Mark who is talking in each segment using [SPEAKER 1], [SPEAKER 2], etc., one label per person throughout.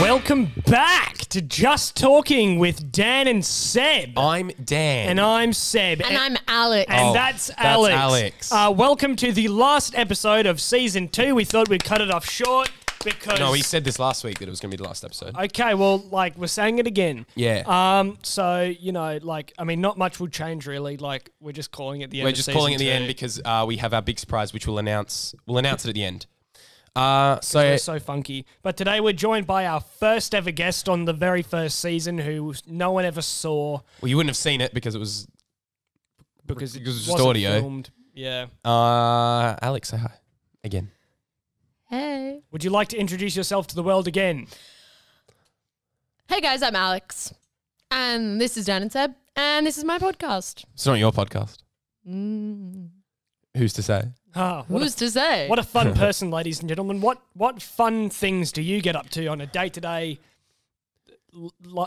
[SPEAKER 1] Welcome back to Just Talking with Dan and Seb.
[SPEAKER 2] I'm Dan.
[SPEAKER 1] And I'm Seb.
[SPEAKER 3] And I'm Alex.
[SPEAKER 1] And
[SPEAKER 2] Oh,
[SPEAKER 1] that's
[SPEAKER 2] that's
[SPEAKER 1] Alex.
[SPEAKER 2] Alex.
[SPEAKER 1] Uh, welcome to the last episode of season two. We thought we'd cut it off short because.
[SPEAKER 2] No, we said this last week that it was going to be the last episode.
[SPEAKER 1] Okay, well, like, we're saying it again.
[SPEAKER 2] Yeah.
[SPEAKER 1] Um. So, you know, like, I mean, not much will change really. Like, we're just calling it the end
[SPEAKER 2] We're
[SPEAKER 1] of
[SPEAKER 2] just
[SPEAKER 1] season
[SPEAKER 2] calling it the
[SPEAKER 1] two.
[SPEAKER 2] end because uh, we have our big surprise, which we'll announce. We'll announce it at the end. Uh, so,
[SPEAKER 1] They're so funky. But today we're joined by our first ever guest on the very first season who no one ever saw
[SPEAKER 2] well, you wouldn't have seen it because it was.
[SPEAKER 1] because it,
[SPEAKER 2] Because it's just
[SPEAKER 1] wasn't
[SPEAKER 2] audio.
[SPEAKER 1] filmed. Yeah.
[SPEAKER 2] Uh, Alex, say hi again.
[SPEAKER 3] hey.
[SPEAKER 1] Would you like to introduce yourself to the world again?
[SPEAKER 3] Hey guys, I'm Alex. And this is Dan and Seb. And this is my podcast.
[SPEAKER 2] It's not your podcast.
[SPEAKER 3] Mm.
[SPEAKER 2] Who's to say?
[SPEAKER 1] Ah, what, a,
[SPEAKER 3] Who's to say?
[SPEAKER 1] what a fun person, ladies and gentlemen. What what fun things do you get up to on a day to day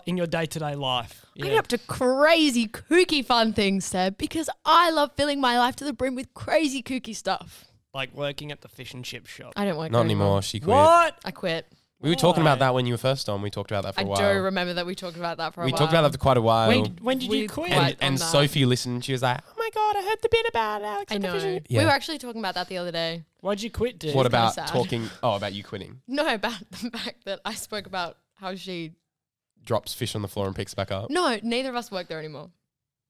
[SPEAKER 1] in your day to day life?
[SPEAKER 3] I
[SPEAKER 1] Yeah.
[SPEAKER 3] get up to crazy, kooky, fun things, Seb, because I love filling my life to the brim with crazy, kooky stuff.
[SPEAKER 1] Like working at the fish and chip shop.
[SPEAKER 3] I don't work
[SPEAKER 2] Not
[SPEAKER 3] very
[SPEAKER 2] anymore.
[SPEAKER 3] long.
[SPEAKER 2] She quit.
[SPEAKER 1] What?
[SPEAKER 3] I quit.
[SPEAKER 2] We were talking
[SPEAKER 1] Why?
[SPEAKER 2] about that when you were first on. We talked about that for
[SPEAKER 3] I
[SPEAKER 2] a while.
[SPEAKER 3] do remember that we talked about that for a
[SPEAKER 2] we
[SPEAKER 3] while.
[SPEAKER 2] talked about that for quite a while.
[SPEAKER 1] When when did you
[SPEAKER 3] We
[SPEAKER 1] quit?
[SPEAKER 2] and
[SPEAKER 3] quite-
[SPEAKER 2] and
[SPEAKER 3] on that.
[SPEAKER 2] Sophie listened. She was like, "Oh my god, I heard the bit about Alex."
[SPEAKER 3] I
[SPEAKER 2] at the
[SPEAKER 3] know.
[SPEAKER 2] fish and-"
[SPEAKER 3] We
[SPEAKER 2] Yeah.
[SPEAKER 3] were actually talking about that the other day.
[SPEAKER 1] Why'd you quit, dude?
[SPEAKER 2] What
[SPEAKER 3] kinda
[SPEAKER 2] about
[SPEAKER 3] sad.
[SPEAKER 2] talking? Oh, about you quitting.
[SPEAKER 3] No, about the fact that I spoke about how she.
[SPEAKER 2] Drops fish on the floor and picks back up.
[SPEAKER 3] No, neither of us work there anymore.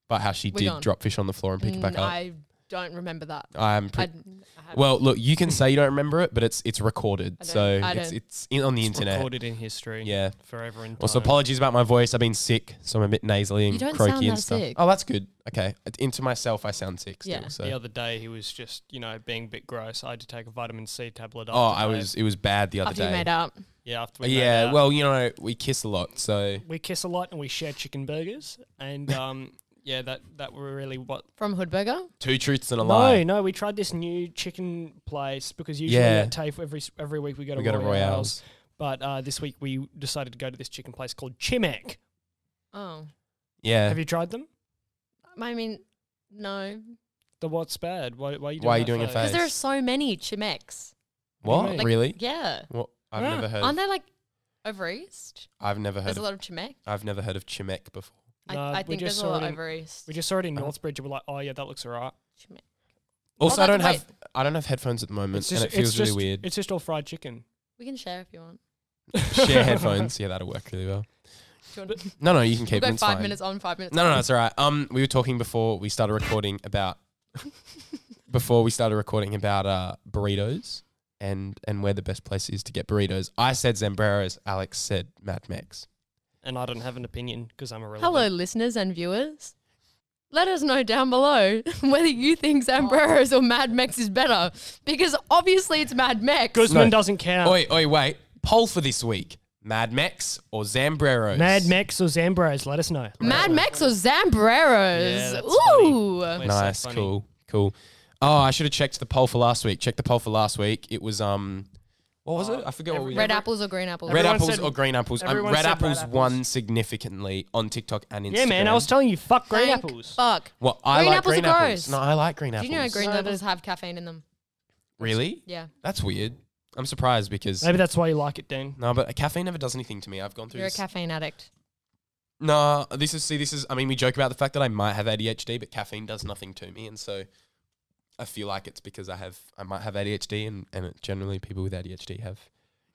[SPEAKER 2] But how she
[SPEAKER 3] We're
[SPEAKER 2] did
[SPEAKER 3] gone.
[SPEAKER 2] drop fish on the floor and pick it back
[SPEAKER 3] Mm,
[SPEAKER 2] up.
[SPEAKER 3] I don't remember that.
[SPEAKER 2] I'm
[SPEAKER 3] I, I
[SPEAKER 2] pretty.
[SPEAKER 3] had-
[SPEAKER 2] Well, look, you can say you don't remember it, but it's it's recorded,
[SPEAKER 3] I don't-
[SPEAKER 2] so
[SPEAKER 3] I
[SPEAKER 2] it's
[SPEAKER 3] don't.
[SPEAKER 2] it's in, on the
[SPEAKER 1] It's
[SPEAKER 2] internet.
[SPEAKER 1] recorded in history.
[SPEAKER 2] Yeah.
[SPEAKER 1] Forever and
[SPEAKER 2] Also,
[SPEAKER 1] time.
[SPEAKER 2] apologies about my voice. I've been sick, so I'm a bit nasally and
[SPEAKER 3] You don't
[SPEAKER 2] croaky
[SPEAKER 3] sound
[SPEAKER 2] and
[SPEAKER 3] that
[SPEAKER 2] stuff.
[SPEAKER 3] sick.
[SPEAKER 2] Oh, that's good. Okay, into myself, I sound sick. Still,
[SPEAKER 3] Yeah.
[SPEAKER 2] So,
[SPEAKER 1] the other day he was just you know being a bit gross. I had to take a vitamin C tablet.
[SPEAKER 2] oh,
[SPEAKER 1] after
[SPEAKER 2] I
[SPEAKER 1] my-
[SPEAKER 2] was it was bad the other
[SPEAKER 3] after
[SPEAKER 2] day.
[SPEAKER 3] you made out.
[SPEAKER 1] yeah after we made
[SPEAKER 2] yeah,
[SPEAKER 1] out.
[SPEAKER 2] well, you know, we kiss a lot, so
[SPEAKER 1] we kiss a lot and we share chicken burgers and um yeah that that were really what
[SPEAKER 3] From Hoodburger?
[SPEAKER 2] two truths and a
[SPEAKER 1] no
[SPEAKER 2] lie.
[SPEAKER 1] no we tried this new chicken place because usually
[SPEAKER 2] Yeah.
[SPEAKER 1] at TAFE every s- every week we go to
[SPEAKER 2] We got a
[SPEAKER 1] Royals
[SPEAKER 2] royales.
[SPEAKER 1] but uh, this week we decided to go to this chicken place called Chimek.
[SPEAKER 3] Oh.
[SPEAKER 2] Yeah.
[SPEAKER 1] Have you tried them?
[SPEAKER 3] I mean, no.
[SPEAKER 1] The what's bad? Why, why are you doing
[SPEAKER 2] Why are you
[SPEAKER 1] that
[SPEAKER 2] doing a
[SPEAKER 1] face?
[SPEAKER 2] face?
[SPEAKER 3] Because there are so many Chimex.
[SPEAKER 2] what
[SPEAKER 1] Like-
[SPEAKER 2] really?
[SPEAKER 3] Yeah.
[SPEAKER 2] What I've
[SPEAKER 1] Yeah.
[SPEAKER 2] never heard.
[SPEAKER 3] Aren't they like over east?
[SPEAKER 2] I've never heard.
[SPEAKER 3] There's
[SPEAKER 2] Of,
[SPEAKER 3] a lot of Chimex.
[SPEAKER 2] I've never heard of Chimek before.
[SPEAKER 1] No,
[SPEAKER 3] I, I
[SPEAKER 1] we
[SPEAKER 3] think
[SPEAKER 1] just
[SPEAKER 3] there's a
[SPEAKER 1] saw
[SPEAKER 3] lot
[SPEAKER 1] it in-
[SPEAKER 3] over east.
[SPEAKER 1] We just saw it in
[SPEAKER 2] Uh-huh.
[SPEAKER 1] Northbridge and we're like, oh yeah, that looks alright.
[SPEAKER 3] Chimex.
[SPEAKER 2] Also, I
[SPEAKER 3] that's
[SPEAKER 2] don't
[SPEAKER 3] right.
[SPEAKER 2] have I don't have headphones at the moment,
[SPEAKER 1] It's just,
[SPEAKER 2] Mm, and it feels
[SPEAKER 1] it's
[SPEAKER 2] really
[SPEAKER 1] just-
[SPEAKER 2] weird.
[SPEAKER 1] It's just all fried chicken.
[SPEAKER 3] We can share if you want.
[SPEAKER 2] Share headphones, yeah, that'll work really well.
[SPEAKER 3] Do you want we'll
[SPEAKER 2] No, no, you can keep
[SPEAKER 3] go
[SPEAKER 2] them. it's
[SPEAKER 3] five
[SPEAKER 2] fine.
[SPEAKER 3] minutes on, five minutes
[SPEAKER 2] No, no, no,
[SPEAKER 3] off.
[SPEAKER 2] it's all right. Um, we were talking before we started recording about before we started recording about uh burritos and and where the best place is to get burritos. I said Zambreros. Alex said Mad Max.
[SPEAKER 1] and I don't have an opinion because I'm a
[SPEAKER 3] Hello, listeners and viewers. Let us know down below whether you think Zambreros or Mad Mex is better. Because obviously it's Mad Mex.
[SPEAKER 1] Guzman
[SPEAKER 2] No.
[SPEAKER 1] doesn't
[SPEAKER 3] Oh.
[SPEAKER 1] count.
[SPEAKER 2] Oi, oi, wait! Poll for this week: Mad Max or Zambreros?
[SPEAKER 1] Mad Max or Zambros, let us know.
[SPEAKER 3] Mad Max or
[SPEAKER 1] Yeah,
[SPEAKER 3] Zambreros?
[SPEAKER 1] that's
[SPEAKER 3] Ooh.
[SPEAKER 1] funny. We're so
[SPEAKER 2] Nice,
[SPEAKER 1] funny.
[SPEAKER 2] cool, cool. Oh, I should have checked the poll for last week. Check the poll for last week. It was um, what was it? I forget what we
[SPEAKER 3] Red apples or green apples?
[SPEAKER 2] Oh, Red
[SPEAKER 1] Everyone
[SPEAKER 2] apples
[SPEAKER 1] said-
[SPEAKER 2] or green apples? Um,
[SPEAKER 1] everyone
[SPEAKER 2] red
[SPEAKER 1] said red
[SPEAKER 2] apples
[SPEAKER 1] apples.
[SPEAKER 2] won significantly on TikTok and Instagram.
[SPEAKER 1] Yeah, man, I was telling you, fuck green
[SPEAKER 3] Thank
[SPEAKER 1] apples.
[SPEAKER 3] Fuck.
[SPEAKER 2] Well, I
[SPEAKER 3] Green
[SPEAKER 2] like
[SPEAKER 3] apples
[SPEAKER 2] green
[SPEAKER 3] are
[SPEAKER 2] apples.
[SPEAKER 3] gross.
[SPEAKER 2] No, I like green
[SPEAKER 3] Do
[SPEAKER 2] apples.
[SPEAKER 3] you know green
[SPEAKER 1] No,
[SPEAKER 3] apples
[SPEAKER 1] they-
[SPEAKER 3] have caffeine in them?
[SPEAKER 2] Really?
[SPEAKER 3] Yeah.
[SPEAKER 2] That's weird. I'm surprised because
[SPEAKER 1] Maybe that's why you like it, Dan.
[SPEAKER 2] no, but caffeine never does anything to me. I've gone through.
[SPEAKER 3] You're a
[SPEAKER 2] this.
[SPEAKER 3] caffeine addict.
[SPEAKER 2] no, this is see. This is. I mean, we joke about the fact that I might have ADHD, but caffeine does nothing to me, and so I feel like it's because I have. I might have ADHD, and and it, generally people with ADHD have.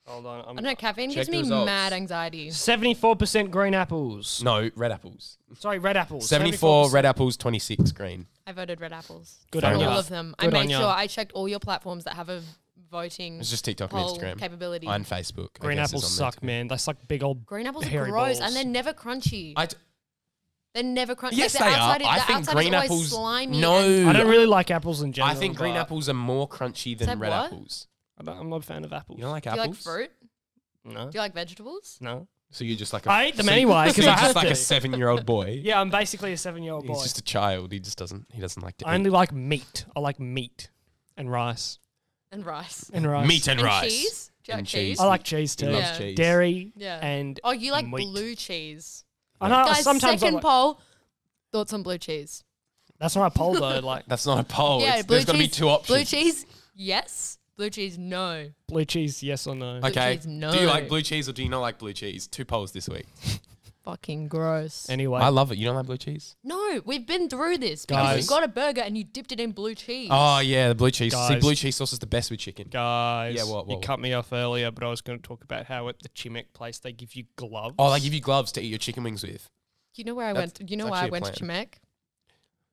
[SPEAKER 1] Hold on.
[SPEAKER 3] I don't know, caffeine
[SPEAKER 2] Check
[SPEAKER 3] gives
[SPEAKER 2] the
[SPEAKER 3] me
[SPEAKER 2] results.
[SPEAKER 3] mad anxiety.
[SPEAKER 1] 74% green apples.
[SPEAKER 2] No, red apples.
[SPEAKER 1] Sorry, red apples.
[SPEAKER 2] 74
[SPEAKER 1] 74%
[SPEAKER 2] red apples, 26 green.
[SPEAKER 3] I voted red apples.
[SPEAKER 1] Good
[SPEAKER 3] For
[SPEAKER 2] on
[SPEAKER 3] all
[SPEAKER 2] ya.
[SPEAKER 3] of them.
[SPEAKER 1] Good
[SPEAKER 3] I
[SPEAKER 1] on
[SPEAKER 3] made
[SPEAKER 1] ya.
[SPEAKER 3] sure I checked all your platforms that have a voting
[SPEAKER 2] It's just TikTok
[SPEAKER 3] poll
[SPEAKER 2] and Instagram
[SPEAKER 3] capability.
[SPEAKER 2] and Facebook. I
[SPEAKER 1] Green
[SPEAKER 2] guess, is
[SPEAKER 1] apples
[SPEAKER 2] on there
[SPEAKER 1] suck,
[SPEAKER 2] too.
[SPEAKER 1] man. They suck big old.
[SPEAKER 3] green apples are
[SPEAKER 1] Hairy
[SPEAKER 3] gross
[SPEAKER 1] balls.
[SPEAKER 3] and they're never crunchy.
[SPEAKER 2] I d-
[SPEAKER 3] they're never crunchy.
[SPEAKER 2] yes,
[SPEAKER 3] the
[SPEAKER 2] they are.
[SPEAKER 3] outside Is,
[SPEAKER 2] I
[SPEAKER 3] the
[SPEAKER 2] think
[SPEAKER 3] outside
[SPEAKER 2] green
[SPEAKER 3] is always
[SPEAKER 2] apples.
[SPEAKER 3] Slimy and-
[SPEAKER 2] no,
[SPEAKER 1] I don't really like apples in
[SPEAKER 2] I
[SPEAKER 1] general.
[SPEAKER 2] think green
[SPEAKER 1] but
[SPEAKER 2] apples are more crunchy than
[SPEAKER 3] Said
[SPEAKER 2] red
[SPEAKER 3] what?
[SPEAKER 2] apples.
[SPEAKER 1] I don't, I'm not a fan of apples.
[SPEAKER 2] You don't like
[SPEAKER 3] Do you like
[SPEAKER 2] apples?
[SPEAKER 3] fruit?
[SPEAKER 1] No.
[SPEAKER 3] Do you like vegetables?
[SPEAKER 1] No.
[SPEAKER 2] So you're just like a
[SPEAKER 1] I ate them
[SPEAKER 2] so you-
[SPEAKER 1] anyway
[SPEAKER 2] so
[SPEAKER 1] because
[SPEAKER 2] you're
[SPEAKER 1] I have
[SPEAKER 2] just like a
[SPEAKER 1] to.
[SPEAKER 2] seven-year-old boy.
[SPEAKER 1] yeah, I'm basically a seven year old boy.
[SPEAKER 2] He's just a child. He just doesn't. He doesn't like to
[SPEAKER 1] I only like meat. I like meat and rice.
[SPEAKER 3] And rice.
[SPEAKER 1] And rice.
[SPEAKER 2] eat meat and,
[SPEAKER 3] and
[SPEAKER 2] rice.
[SPEAKER 3] cheese? Do you like
[SPEAKER 2] And
[SPEAKER 3] cheese?
[SPEAKER 2] cheese.
[SPEAKER 1] I like cheese
[SPEAKER 2] He
[SPEAKER 1] too.
[SPEAKER 2] loves
[SPEAKER 3] Yeah.
[SPEAKER 2] cheese.
[SPEAKER 1] Dairy
[SPEAKER 3] Yeah.
[SPEAKER 1] and.
[SPEAKER 3] Oh, you like
[SPEAKER 1] meat.
[SPEAKER 3] blue cheese.
[SPEAKER 1] I know,
[SPEAKER 3] Guys,
[SPEAKER 1] Uh, sometimes I
[SPEAKER 3] second
[SPEAKER 1] like,
[SPEAKER 3] poll. Thoughts on blue cheese?
[SPEAKER 1] That's not a poll though. Like,
[SPEAKER 2] That's not a poll.
[SPEAKER 3] yeah,
[SPEAKER 2] It's-
[SPEAKER 3] blue
[SPEAKER 2] there's got to be
[SPEAKER 3] cheese.
[SPEAKER 2] two options.
[SPEAKER 3] Blue cheese, yes. Blue cheese, no.
[SPEAKER 1] Blue cheese, yes or no?
[SPEAKER 3] Blue
[SPEAKER 2] okay.
[SPEAKER 3] cheese, no.
[SPEAKER 2] Do you like blue cheese or do you not like blue cheese? Two polls this week.
[SPEAKER 3] Fucking gross.
[SPEAKER 1] Anyway,
[SPEAKER 2] I love it. You don't like blue cheese?
[SPEAKER 3] no, we've been through this. Because
[SPEAKER 1] Guys.
[SPEAKER 3] you got a burger and you dipped it in blue cheese.
[SPEAKER 2] Oh yeah, the blue cheese. See,
[SPEAKER 1] Guys.
[SPEAKER 2] blue cheese sauce is the best with chicken.
[SPEAKER 1] guys,
[SPEAKER 2] Yeah, what-
[SPEAKER 1] you
[SPEAKER 2] what-
[SPEAKER 1] cut me off earlier, but I was going to talk about how at the Chimek place they give you gloves.
[SPEAKER 2] Oh, they give you gloves to eat your chicken wings with.
[SPEAKER 3] you know where I
[SPEAKER 2] That's-
[SPEAKER 3] went? You know
[SPEAKER 2] that's
[SPEAKER 3] why I
[SPEAKER 2] actually a
[SPEAKER 3] went to Chimek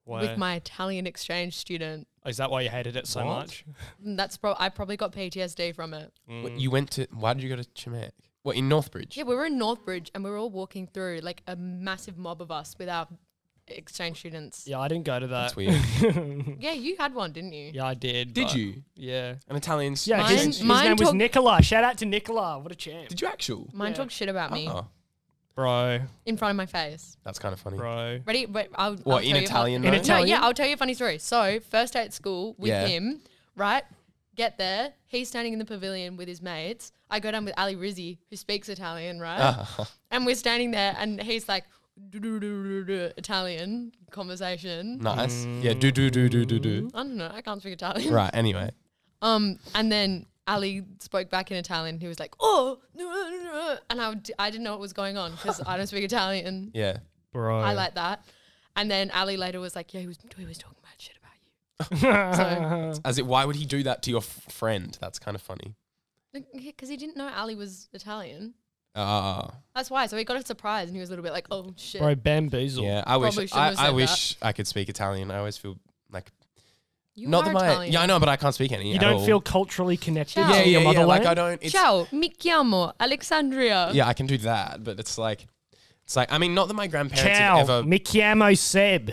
[SPEAKER 1] Why-
[SPEAKER 3] with my Italian exchange student.
[SPEAKER 1] oh, Is that why you hated it so
[SPEAKER 2] What?
[SPEAKER 1] much?
[SPEAKER 3] And That's pro- I probably got PTSD from it.
[SPEAKER 1] Mm.
[SPEAKER 2] Wh- You went to why did you go to Chimac? What in Northbridge?
[SPEAKER 3] Yeah, we were in Northbridge and we were all walking through like a massive mob of us with our exchange students.
[SPEAKER 1] Yeah, I didn't go to that.
[SPEAKER 2] That's weird.
[SPEAKER 3] Yeah, you had one, didn't you?
[SPEAKER 1] Yeah, I did.
[SPEAKER 2] did
[SPEAKER 1] but-
[SPEAKER 2] you?
[SPEAKER 1] Yeah.
[SPEAKER 2] An Italian?
[SPEAKER 1] Yeah,
[SPEAKER 3] Mine-
[SPEAKER 1] his, his
[SPEAKER 3] mine
[SPEAKER 1] name was
[SPEAKER 3] took-
[SPEAKER 1] Nicola. Shout out to Nicola. What a champ.
[SPEAKER 2] Did you actual?
[SPEAKER 3] Mine
[SPEAKER 1] Yeah.
[SPEAKER 3] talked shit about me
[SPEAKER 2] Oh,
[SPEAKER 1] Bro,
[SPEAKER 3] in front of my face.
[SPEAKER 2] that's kind of funny.
[SPEAKER 1] bro.
[SPEAKER 3] Ready? Wait, I'll, I'll
[SPEAKER 2] What
[SPEAKER 3] tell
[SPEAKER 2] in
[SPEAKER 3] you a fu-
[SPEAKER 2] Italian?
[SPEAKER 1] In
[SPEAKER 2] though?
[SPEAKER 1] Italian?
[SPEAKER 3] No, yeah, I'll tell you a funny story. So, first day at school with
[SPEAKER 2] Yeah.
[SPEAKER 3] him, right? Get there. He's standing in the pavilion with his mates. I go down with Ali Rizzi, who speaks Italian, right?
[SPEAKER 2] Uh-huh.
[SPEAKER 3] And we're standing there, and he's like, Italian conversation.
[SPEAKER 2] Nice.
[SPEAKER 1] Mm.
[SPEAKER 2] Yeah. Do do do do do do.
[SPEAKER 3] I don't know. I can't speak Italian.
[SPEAKER 2] Right. Anyway.
[SPEAKER 3] Um, and then Ali spoke back in Italian. He was like, "Oh," no, no, no," and I, would, I didn't know what was going on because I don't speak Italian.
[SPEAKER 2] Oh, Yeah.
[SPEAKER 1] Bro.
[SPEAKER 3] I like that. And then Ali later was like, "Yeah, he was he was talking about shit about you."
[SPEAKER 2] As it, why would he do that to your f- friend? That's kind of funny.
[SPEAKER 3] because he didn't know Ali was Italian.
[SPEAKER 2] Ah.
[SPEAKER 3] That's why. So he got a surprise, and he was a little bit like, "Oh shit."
[SPEAKER 1] Bro, bamboozled.
[SPEAKER 2] yeah. I wish.
[SPEAKER 3] Probably shouldn't
[SPEAKER 2] I,
[SPEAKER 3] have
[SPEAKER 2] I
[SPEAKER 3] said
[SPEAKER 2] wish I could speak Italian. I always feel like
[SPEAKER 3] you
[SPEAKER 2] not
[SPEAKER 3] are
[SPEAKER 2] that my
[SPEAKER 3] Italian.
[SPEAKER 2] yeah I know, but I can't speak any.
[SPEAKER 1] You
[SPEAKER 2] at
[SPEAKER 1] don't
[SPEAKER 2] all.
[SPEAKER 1] feel culturally connected
[SPEAKER 3] Ciao.
[SPEAKER 1] to
[SPEAKER 2] yeah yeah,
[SPEAKER 1] your
[SPEAKER 2] yeah,
[SPEAKER 1] motherland?
[SPEAKER 2] like I don't. It's,
[SPEAKER 3] Ciao, mi chiamo Alexandria.
[SPEAKER 2] Yeah, I can do that, but it's like, it's like I mean, not that my grandparents
[SPEAKER 1] Ciao,
[SPEAKER 2] have ever.
[SPEAKER 1] mi chiamo Seb.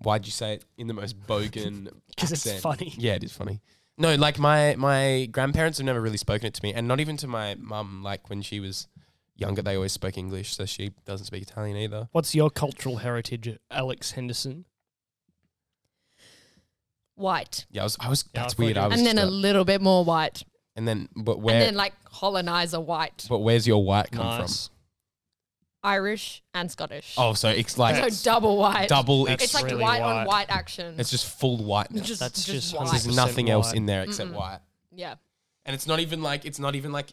[SPEAKER 2] Why'd you say it in the most bogan?
[SPEAKER 1] 'Cause it's
[SPEAKER 2] accent?
[SPEAKER 1] funny.
[SPEAKER 2] Yeah, it is funny. No, like my my grandparents have never really spoken it to me, and not even to my mum. Like when she was younger, they always spoke English, so she doesn't speak Italian either.
[SPEAKER 1] What's your cultural heritage, Alex Henderson?
[SPEAKER 3] White,
[SPEAKER 2] Yeah, I was. I was.
[SPEAKER 1] Yeah, I
[SPEAKER 2] that's
[SPEAKER 1] thought
[SPEAKER 2] weird.
[SPEAKER 1] you
[SPEAKER 2] I
[SPEAKER 1] were-
[SPEAKER 2] was.
[SPEAKER 3] and then a
[SPEAKER 2] just, uh,
[SPEAKER 3] little bit more white,
[SPEAKER 2] and then, but where?
[SPEAKER 3] and then like colonizer white,
[SPEAKER 2] but where's your white come
[SPEAKER 1] Nice.
[SPEAKER 3] Irish and Scottish.
[SPEAKER 2] from? Oh, so it's like
[SPEAKER 3] so double white.
[SPEAKER 2] double.
[SPEAKER 1] That's
[SPEAKER 3] It's
[SPEAKER 2] It's,
[SPEAKER 3] like
[SPEAKER 1] really
[SPEAKER 3] white,
[SPEAKER 1] white.
[SPEAKER 3] on white action.
[SPEAKER 2] it's just full whiteness.
[SPEAKER 3] just,
[SPEAKER 1] That's
[SPEAKER 3] just,
[SPEAKER 1] just
[SPEAKER 3] white.
[SPEAKER 1] 100%.
[SPEAKER 2] There's nothing else
[SPEAKER 1] white.
[SPEAKER 2] in there except white.
[SPEAKER 3] Yeah.
[SPEAKER 2] and it's not even like it's not even like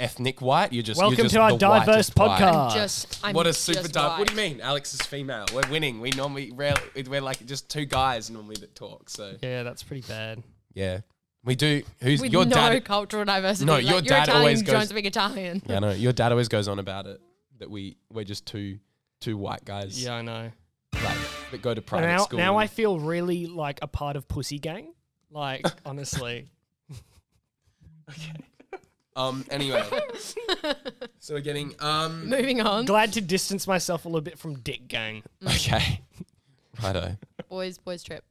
[SPEAKER 2] ethnic white. You're just you're
[SPEAKER 1] Welcome
[SPEAKER 2] just
[SPEAKER 1] to our
[SPEAKER 2] the
[SPEAKER 1] diverse
[SPEAKER 2] whitest white.
[SPEAKER 1] podcast.
[SPEAKER 3] I'm just I'm
[SPEAKER 2] What a super
[SPEAKER 3] just
[SPEAKER 2] dark. What do you
[SPEAKER 3] white.
[SPEAKER 2] mean? Alex is female. We're winning. We normally rarely we're like just two guys normally that talk. So
[SPEAKER 1] Yeah, that's pretty bad.
[SPEAKER 2] yeah, we do. Who's
[SPEAKER 3] With
[SPEAKER 2] your
[SPEAKER 3] no
[SPEAKER 2] dad?
[SPEAKER 3] cultural diversity.
[SPEAKER 2] No,
[SPEAKER 3] Like,
[SPEAKER 2] your
[SPEAKER 3] you're
[SPEAKER 2] dad
[SPEAKER 3] Italian,
[SPEAKER 2] always
[SPEAKER 3] you
[SPEAKER 2] goes-
[SPEAKER 3] don't speak Italian.
[SPEAKER 2] Yeah, no, your dad always goes on about it that we we're just two two white guys.
[SPEAKER 1] Yeah, I know.
[SPEAKER 2] like, that go to
[SPEAKER 1] But
[SPEAKER 2] private
[SPEAKER 1] now,
[SPEAKER 2] school.
[SPEAKER 1] now I feel really like a part of Pussy Gang. Like, honestly.
[SPEAKER 2] um. Anyway, so we're getting um.
[SPEAKER 3] Moving on. Mm.
[SPEAKER 1] Glad to distance myself a little bit from Dick Gang.
[SPEAKER 2] Okay. Righto.
[SPEAKER 3] Boys, boys trip.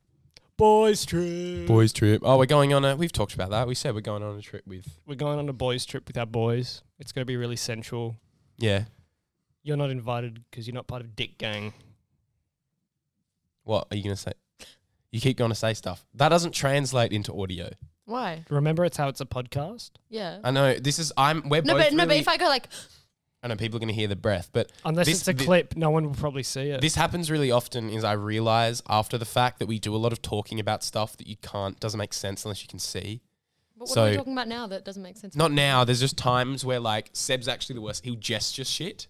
[SPEAKER 1] Boys trip.
[SPEAKER 2] Boys trip. Oh, we're going on a. We've talked about that. We said we're going on a trip with.
[SPEAKER 1] We're going on a boys trip with our boys. It's going to be really sensual.
[SPEAKER 2] Yeah.
[SPEAKER 1] You're not invited because you're not part of Dick Gang.
[SPEAKER 2] What are you gonna say? You keep going to say stuff that doesn't translate into audio.
[SPEAKER 3] Why?
[SPEAKER 1] Remember, it's how it's a podcast.
[SPEAKER 3] Yeah.
[SPEAKER 2] I know this is. I'm. We're
[SPEAKER 3] No,
[SPEAKER 2] both.
[SPEAKER 3] but no, but
[SPEAKER 2] really-
[SPEAKER 3] if I go like,
[SPEAKER 2] I know people are gonna hear the breath, but
[SPEAKER 1] Unless
[SPEAKER 2] This-
[SPEAKER 1] it's a
[SPEAKER 2] thi-
[SPEAKER 1] clip, no one will probably see it.
[SPEAKER 2] this happens really often. Is I realize after the fact that we do a lot of talking about stuff that you can't doesn't make sense unless you can see.
[SPEAKER 3] but what are we
[SPEAKER 2] So-
[SPEAKER 3] talking about now? That doesn't make sense.
[SPEAKER 2] Not now. There's just times where like Seb's actually the worst. He'll gesture shit,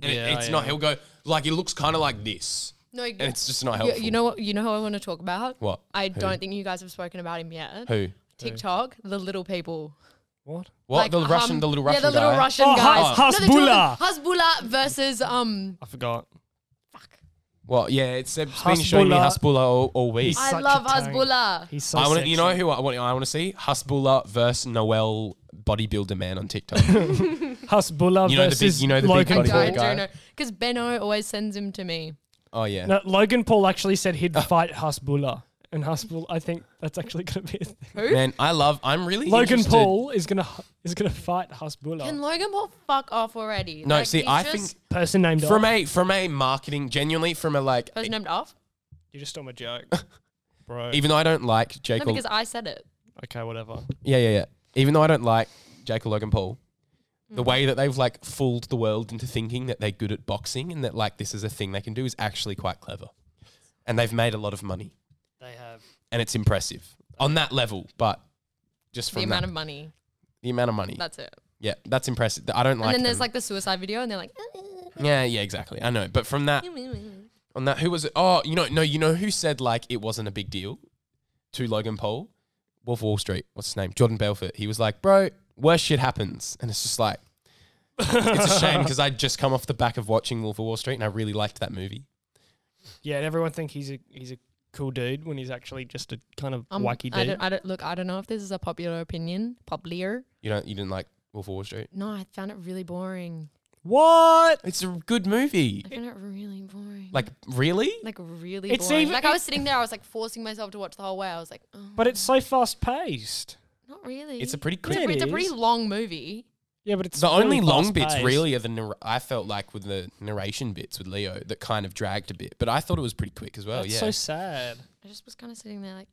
[SPEAKER 2] and it-
[SPEAKER 1] Yeah,
[SPEAKER 2] it's not.
[SPEAKER 1] yeah.
[SPEAKER 2] He'll go like it looks kind of like this,
[SPEAKER 3] No, you,
[SPEAKER 2] and it's just not
[SPEAKER 3] you,
[SPEAKER 2] helpful.
[SPEAKER 3] you know what? You know who I want to talk about?
[SPEAKER 2] what?
[SPEAKER 3] I
[SPEAKER 2] Who?
[SPEAKER 3] don't think you guys have spoken about him yet.
[SPEAKER 2] Who?
[SPEAKER 3] TikTok, the little people.
[SPEAKER 1] what?
[SPEAKER 2] What?
[SPEAKER 3] Like,
[SPEAKER 2] the Russian,
[SPEAKER 3] um,
[SPEAKER 2] the little Russian
[SPEAKER 3] Yeah, the little
[SPEAKER 2] guy?
[SPEAKER 3] Russian
[SPEAKER 1] Oh,
[SPEAKER 3] guys.
[SPEAKER 1] Haz-
[SPEAKER 3] No, the two of them. Hasbullah versus um.
[SPEAKER 1] I forgot.
[SPEAKER 3] Fuck.
[SPEAKER 2] Well, yeah, it's Seb's been showing me
[SPEAKER 1] Hasbullah.
[SPEAKER 2] Hasbullah all, all week.
[SPEAKER 1] He's
[SPEAKER 3] I
[SPEAKER 1] such a
[SPEAKER 3] love
[SPEAKER 1] tank.
[SPEAKER 3] Hasbullah.
[SPEAKER 1] He's so
[SPEAKER 2] I want to, you know
[SPEAKER 1] sexy.
[SPEAKER 2] who I want. I want to see Hasbullah versus Noel bodybuilder man on TikTok.
[SPEAKER 1] Hasbullah
[SPEAKER 2] You know the big-
[SPEAKER 1] versus
[SPEAKER 2] you know the big
[SPEAKER 1] Logan
[SPEAKER 3] I
[SPEAKER 2] Funny
[SPEAKER 3] do, I
[SPEAKER 2] bodybuilder
[SPEAKER 1] Paul.
[SPEAKER 2] guy.
[SPEAKER 3] do know because Benno always sends him to me.
[SPEAKER 2] oh yeah,
[SPEAKER 1] No, Logan Paul actually said he'd
[SPEAKER 2] Uh.
[SPEAKER 1] fight Hasbullah, and Hasbullah. I think that's actually going to be. A thing.
[SPEAKER 2] man, I love. I'm really
[SPEAKER 1] Logan
[SPEAKER 2] interested-
[SPEAKER 1] Paul is going to is going to fight Hasbullah.
[SPEAKER 3] Can Logan Paul fuck off already?
[SPEAKER 2] No, see,
[SPEAKER 3] he's
[SPEAKER 2] I
[SPEAKER 3] just-
[SPEAKER 2] think
[SPEAKER 1] Person named
[SPEAKER 2] from
[SPEAKER 1] Off.
[SPEAKER 2] a from a marketing, genuinely from a like.
[SPEAKER 3] I was named off.
[SPEAKER 1] You just stole my joke, bro.
[SPEAKER 2] Even though I don't like Jake,
[SPEAKER 3] No,
[SPEAKER 2] or,
[SPEAKER 3] because I said it.
[SPEAKER 1] okay, whatever.
[SPEAKER 2] yeah, yeah, yeah. Even though I don't like Jake or Logan Paul,
[SPEAKER 3] Mm.
[SPEAKER 2] the way that they've like fooled the world into thinking that they're good at boxing and that like this is a thing they can do is actually quite clever, and they've made a lot of money
[SPEAKER 1] They have.
[SPEAKER 2] and it's impressive on that level. But just
[SPEAKER 3] the
[SPEAKER 2] from
[SPEAKER 3] amount
[SPEAKER 2] that-
[SPEAKER 3] of money.
[SPEAKER 2] the amount of money.
[SPEAKER 3] That's it.
[SPEAKER 2] yeah, that's impressive. I don't like.
[SPEAKER 3] and then there's
[SPEAKER 2] them.
[SPEAKER 3] like the suicide video, and they're like,
[SPEAKER 2] Yeah, yeah, exactly. I know. But from that, on that, who was it? Oh, you know, no, you know who said like it wasn't a big deal to Logan Paul? Wolf of Wall Street. What's his name? Jordan Belfort. He was like, bro, worst shit happens. And it's just like, it's a shame because I'd just come off the back of watching Wolf of Wall Street and I really liked that movie.
[SPEAKER 1] Yeah, and everyone think he's a he's a cool dude when he's actually just a kind of
[SPEAKER 3] um,
[SPEAKER 1] wacky
[SPEAKER 3] I
[SPEAKER 1] dude.
[SPEAKER 3] don't, I don't, look, I don't know if this is a popular opinion. Popular?
[SPEAKER 2] You don't, you didn't like Wolf of Wall Street?
[SPEAKER 3] No, I found it really boring.
[SPEAKER 1] What?
[SPEAKER 2] It's a good movie.
[SPEAKER 3] I found it really boring.
[SPEAKER 2] Like, really?
[SPEAKER 3] like really
[SPEAKER 1] It's
[SPEAKER 3] boring.
[SPEAKER 1] even-
[SPEAKER 3] like I was sitting there, I was like forcing myself to watch the whole way. I was like, oh,
[SPEAKER 1] But it's so fast paced.
[SPEAKER 3] not really.
[SPEAKER 2] It's a pretty
[SPEAKER 3] it's
[SPEAKER 2] quick.
[SPEAKER 3] a,
[SPEAKER 1] Yeah,
[SPEAKER 3] pre-
[SPEAKER 1] it
[SPEAKER 3] it's a pretty
[SPEAKER 1] is.
[SPEAKER 3] long movie.
[SPEAKER 1] Yeah, but it's
[SPEAKER 2] The
[SPEAKER 1] really
[SPEAKER 2] only long bits
[SPEAKER 1] fast-paced.
[SPEAKER 2] really are the narr- I felt like with the narration bits with Leo that kind of dragged a bit, but I thought it was pretty quick as well.
[SPEAKER 1] That's
[SPEAKER 2] yeah.
[SPEAKER 1] so sad.
[SPEAKER 3] I just was kind of sitting there like,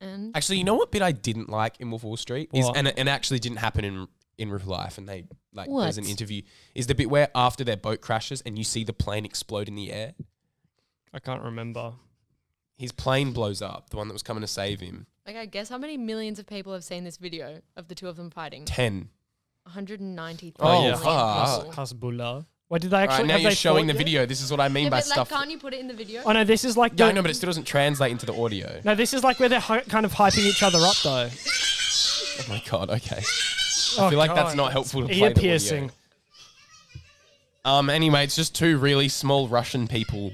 [SPEAKER 3] and
[SPEAKER 2] Actually, you know what bit I didn't like in Wolf of Wall Street is,
[SPEAKER 1] What?
[SPEAKER 2] and and actually didn't happen in in real life, and they like there's an
[SPEAKER 3] What?
[SPEAKER 2] interview is the bit where after their boat crashes and you see the plane explode in the air.
[SPEAKER 1] I can't remember.
[SPEAKER 2] His plane blows up, the one that was coming to save him.
[SPEAKER 3] like I guess how many millions of people have seen this video of the two of them fighting?
[SPEAKER 2] Ten.
[SPEAKER 3] 190.
[SPEAKER 2] Oh,
[SPEAKER 1] yeah.
[SPEAKER 2] fuck.
[SPEAKER 1] Hezbollah. Wait, did they
[SPEAKER 2] All
[SPEAKER 1] actually?
[SPEAKER 2] right, now
[SPEAKER 1] have
[SPEAKER 2] you're
[SPEAKER 1] they
[SPEAKER 2] showing
[SPEAKER 1] fought
[SPEAKER 2] the
[SPEAKER 1] yet?
[SPEAKER 2] video. This is what I mean
[SPEAKER 3] Yeah,
[SPEAKER 2] by
[SPEAKER 3] but like,
[SPEAKER 2] stuff.
[SPEAKER 3] can't you put it in the video?
[SPEAKER 1] Oh no, this is like
[SPEAKER 2] yeah, I
[SPEAKER 1] the-
[SPEAKER 2] know, but it still doesn't translate into the audio.
[SPEAKER 1] no, this is like where they're hi- kind of hyping each other up though.
[SPEAKER 2] Oh my god. Okay.
[SPEAKER 1] I
[SPEAKER 2] feel like that's not helpful to play the
[SPEAKER 1] Ear
[SPEAKER 2] audio.
[SPEAKER 1] piercing.
[SPEAKER 2] Um. Anyway, it's just two really small Russian people.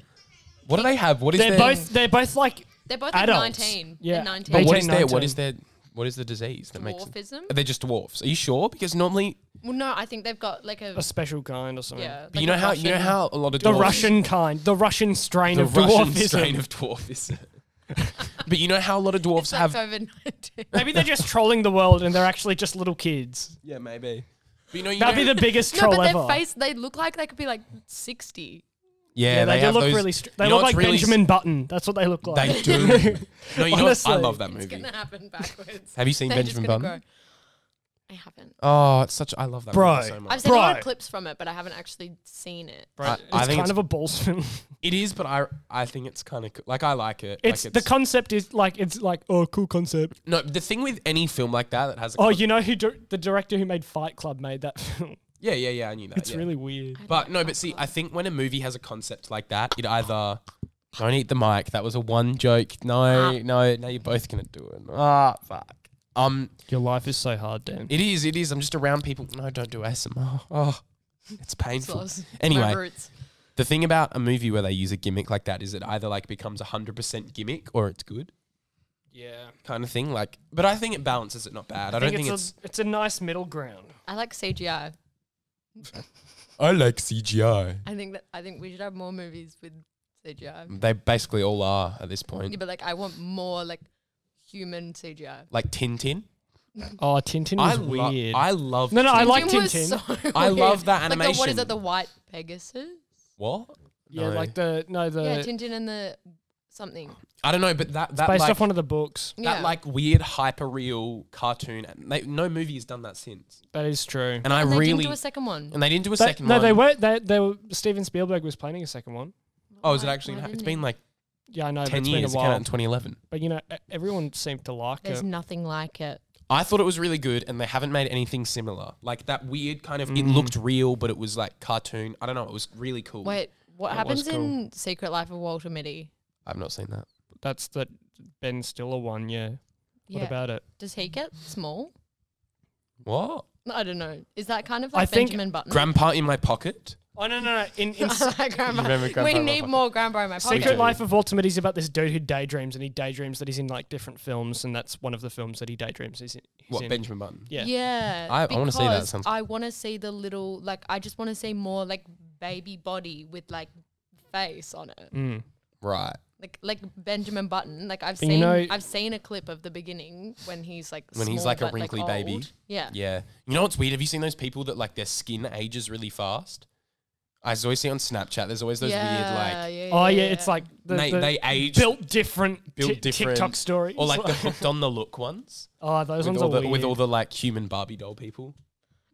[SPEAKER 2] What do they have? What is
[SPEAKER 1] They're
[SPEAKER 2] their?
[SPEAKER 1] both they're both like
[SPEAKER 3] They're both
[SPEAKER 1] adults.
[SPEAKER 3] like 19.
[SPEAKER 1] Yeah.
[SPEAKER 3] They're
[SPEAKER 2] But
[SPEAKER 3] 19.
[SPEAKER 2] what is their? What
[SPEAKER 1] 18,
[SPEAKER 2] is their? What is the disease that makes? them-
[SPEAKER 3] Dwarfism?
[SPEAKER 2] Are they just dwarfs? Are you sure? Because normally,
[SPEAKER 3] Well, no, I think they've got like a.
[SPEAKER 1] a special kind or something.
[SPEAKER 3] yeah.
[SPEAKER 2] but
[SPEAKER 3] like
[SPEAKER 2] you know
[SPEAKER 3] a
[SPEAKER 2] how you know
[SPEAKER 3] Russian-
[SPEAKER 2] how a lot of
[SPEAKER 1] The
[SPEAKER 2] dwarves-
[SPEAKER 1] Russian kind, the Russian strain
[SPEAKER 2] the
[SPEAKER 1] of
[SPEAKER 2] Russian
[SPEAKER 1] dwarfism.
[SPEAKER 2] strain of dwarfism. but you know how a lot of dwarfs
[SPEAKER 3] It's like
[SPEAKER 2] have.
[SPEAKER 3] COVID 19.
[SPEAKER 1] Maybe they're just trolling the world and they're actually just little kids.
[SPEAKER 2] yeah, maybe. But you know, you
[SPEAKER 1] That'd
[SPEAKER 2] know-
[SPEAKER 1] be the biggest
[SPEAKER 3] no,
[SPEAKER 1] troll
[SPEAKER 3] but
[SPEAKER 1] ever.
[SPEAKER 3] their face, they look like they could be like 60.
[SPEAKER 1] Yeah,
[SPEAKER 2] yeah, they,
[SPEAKER 1] they, do
[SPEAKER 2] have
[SPEAKER 1] look
[SPEAKER 2] those-
[SPEAKER 1] really. Str- they
[SPEAKER 2] you know
[SPEAKER 1] look
[SPEAKER 2] what's
[SPEAKER 1] like
[SPEAKER 2] really s-
[SPEAKER 1] Benjamin Button. That's what they look like.
[SPEAKER 2] They do. no, you know what? I
[SPEAKER 1] Honestly.
[SPEAKER 2] love that
[SPEAKER 3] It's going
[SPEAKER 2] movie.
[SPEAKER 3] to happen backwards.
[SPEAKER 2] Have you seen
[SPEAKER 3] They're just
[SPEAKER 2] Benjamin
[SPEAKER 3] gonna
[SPEAKER 2] Button?
[SPEAKER 3] grow. I haven't.
[SPEAKER 2] Oh, it's such. I love that
[SPEAKER 1] Bro.
[SPEAKER 2] movie so much.
[SPEAKER 3] I've seen a lot
[SPEAKER 1] Right.
[SPEAKER 3] of clips from it, but I haven't actually seen it.
[SPEAKER 2] I-
[SPEAKER 1] it's
[SPEAKER 2] I
[SPEAKER 1] kind
[SPEAKER 2] think it's-
[SPEAKER 1] of a balls film.
[SPEAKER 2] It is, but I I think it's kind of like I like it.
[SPEAKER 1] It's,
[SPEAKER 2] like
[SPEAKER 1] the concept is like it's like oh cool concept.
[SPEAKER 2] no. The thing with any film like that that has a
[SPEAKER 1] Oh, you know who dir- the director who made Fight Club made that film.
[SPEAKER 2] yeah yeah yeah I knew that.
[SPEAKER 1] It's
[SPEAKER 2] Uh, yeah.
[SPEAKER 1] really weird.
[SPEAKER 3] I
[SPEAKER 2] But
[SPEAKER 3] don't
[SPEAKER 2] no,
[SPEAKER 3] like
[SPEAKER 2] but see,
[SPEAKER 3] that.
[SPEAKER 2] I think when a movie has a concept like that, it either don't eat the mic. That was a one joke. No, no, now you're both gonna do it. Ah, fuck. Um,
[SPEAKER 1] Your life is so hard, Dan.
[SPEAKER 2] it is, it is. I'm just around people. No, don't do ASMR. Oh, it's painful.
[SPEAKER 3] Slows.
[SPEAKER 2] Anyway.
[SPEAKER 3] My roots.
[SPEAKER 2] The thing about a movie where they use a gimmick like that is it either like becomes a hundred percent gimmick or it's good
[SPEAKER 1] Yeah,
[SPEAKER 2] kind of thing. Like, but I think it balances it not bad. I, don't think it's.
[SPEAKER 1] a, it's a nice middle ground.
[SPEAKER 3] I like CGI.
[SPEAKER 2] I like CGI.
[SPEAKER 3] I think that I think we should have more movies with CGI.
[SPEAKER 2] They basically all are at this
[SPEAKER 3] Yeah,
[SPEAKER 2] point.
[SPEAKER 3] but like I want more like human CGI.
[SPEAKER 2] Like Tintin.
[SPEAKER 1] Oh, Tintin
[SPEAKER 2] I
[SPEAKER 1] was
[SPEAKER 2] lo-
[SPEAKER 1] weird.
[SPEAKER 2] I love.
[SPEAKER 1] No, no, I
[SPEAKER 2] Tintin.
[SPEAKER 1] like
[SPEAKER 3] Doom was
[SPEAKER 1] Tintin.
[SPEAKER 3] so
[SPEAKER 2] I
[SPEAKER 3] weird.
[SPEAKER 2] love that
[SPEAKER 3] Like the, what is
[SPEAKER 2] animation.
[SPEAKER 3] it? The White Pegasus?
[SPEAKER 2] what?
[SPEAKER 1] yeah,
[SPEAKER 2] No.
[SPEAKER 1] like the no the
[SPEAKER 3] yeah, Tintin and the something.
[SPEAKER 2] I don't know, but that that
[SPEAKER 1] based
[SPEAKER 2] like
[SPEAKER 1] off one of the books.
[SPEAKER 2] that
[SPEAKER 3] Yeah.
[SPEAKER 2] like weird hyper real cartoon. and They, no movie has done that since,
[SPEAKER 1] That is true.
[SPEAKER 2] and I
[SPEAKER 3] and they didn't
[SPEAKER 2] really
[SPEAKER 3] do a second one.
[SPEAKER 2] and they didn't do a
[SPEAKER 1] They-
[SPEAKER 2] second
[SPEAKER 1] no,
[SPEAKER 2] one.
[SPEAKER 1] they were they, they were Steven Spielberg was planning a second one.
[SPEAKER 2] Oh, is it
[SPEAKER 3] Why-
[SPEAKER 2] actually?
[SPEAKER 3] why
[SPEAKER 2] ha- It's
[SPEAKER 3] didn't
[SPEAKER 2] been
[SPEAKER 3] they?
[SPEAKER 2] like
[SPEAKER 1] Yeah, I know. but
[SPEAKER 2] ten
[SPEAKER 1] it's
[SPEAKER 2] years.
[SPEAKER 1] Been
[SPEAKER 2] It
[SPEAKER 1] a
[SPEAKER 2] came out
[SPEAKER 1] while.
[SPEAKER 2] in twenty eleven.
[SPEAKER 1] But you know, e- everyone seemed to like
[SPEAKER 3] There's
[SPEAKER 1] it.
[SPEAKER 3] nothing like it.
[SPEAKER 2] I thought it was really good, and they haven't made anything similar. Like that weird kind of. It
[SPEAKER 1] Mm.
[SPEAKER 2] looked real, but it was like cartoon. I don't know. It was really cool.
[SPEAKER 3] Wait, what
[SPEAKER 2] Oh,
[SPEAKER 1] That was
[SPEAKER 3] happens
[SPEAKER 1] cool.
[SPEAKER 3] in Secret Life of Walter Mitty?
[SPEAKER 2] I've not seen that.
[SPEAKER 1] That's the Ben Stiller one. Yeah. What
[SPEAKER 3] Yeah.
[SPEAKER 1] about it?
[SPEAKER 3] Does he get small?
[SPEAKER 2] What?
[SPEAKER 3] I don't know. Is that kind of
[SPEAKER 1] I
[SPEAKER 3] like
[SPEAKER 1] think
[SPEAKER 3] Benjamin Button?
[SPEAKER 2] Grandpa in my pocket.
[SPEAKER 1] Oh no no no! In, in
[SPEAKER 3] I like grandpa.
[SPEAKER 2] remember Grandpa in
[SPEAKER 3] we
[SPEAKER 2] my
[SPEAKER 3] need
[SPEAKER 2] pocket.
[SPEAKER 3] more grandpa in my pocket.
[SPEAKER 1] Secret
[SPEAKER 2] do.
[SPEAKER 1] Life of Ultimate is about this dude who daydreams, and he daydreams that he's in like different films, and that's one of the films that he daydreams he's in. He's
[SPEAKER 2] What
[SPEAKER 1] in.
[SPEAKER 2] Benjamin Button?
[SPEAKER 1] Yeah.
[SPEAKER 3] Yeah.
[SPEAKER 2] I- I wanna see that.
[SPEAKER 3] because
[SPEAKER 2] Sounds-
[SPEAKER 3] I want to see the little, like, I just want to see more, like, baby body with, like, face on it.
[SPEAKER 1] Mm.
[SPEAKER 2] Right.
[SPEAKER 3] Like, like Benjamin Button. Like, I've
[SPEAKER 1] And
[SPEAKER 3] seen,
[SPEAKER 1] you know-
[SPEAKER 3] I've seen a clip of the beginning when he's, like,
[SPEAKER 2] When he's,
[SPEAKER 3] small
[SPEAKER 2] like, a
[SPEAKER 3] but,
[SPEAKER 2] wrinkly baby.
[SPEAKER 3] old. Yeah.
[SPEAKER 2] Yeah. You know what's weird? Have you seen those people that like their skin ages really fast? I always see on Snapchat. There's always those weird like
[SPEAKER 1] Oh yeah, it's like the,
[SPEAKER 2] they,
[SPEAKER 1] the
[SPEAKER 2] they age
[SPEAKER 1] built different,
[SPEAKER 2] built
[SPEAKER 1] ti-
[SPEAKER 2] different
[SPEAKER 1] TikTok stories,
[SPEAKER 2] or like the hooked on the look ones
[SPEAKER 1] oh those
[SPEAKER 2] with
[SPEAKER 1] ones
[SPEAKER 2] all
[SPEAKER 1] are
[SPEAKER 2] the
[SPEAKER 1] weird.
[SPEAKER 2] with all the like human Barbie doll people.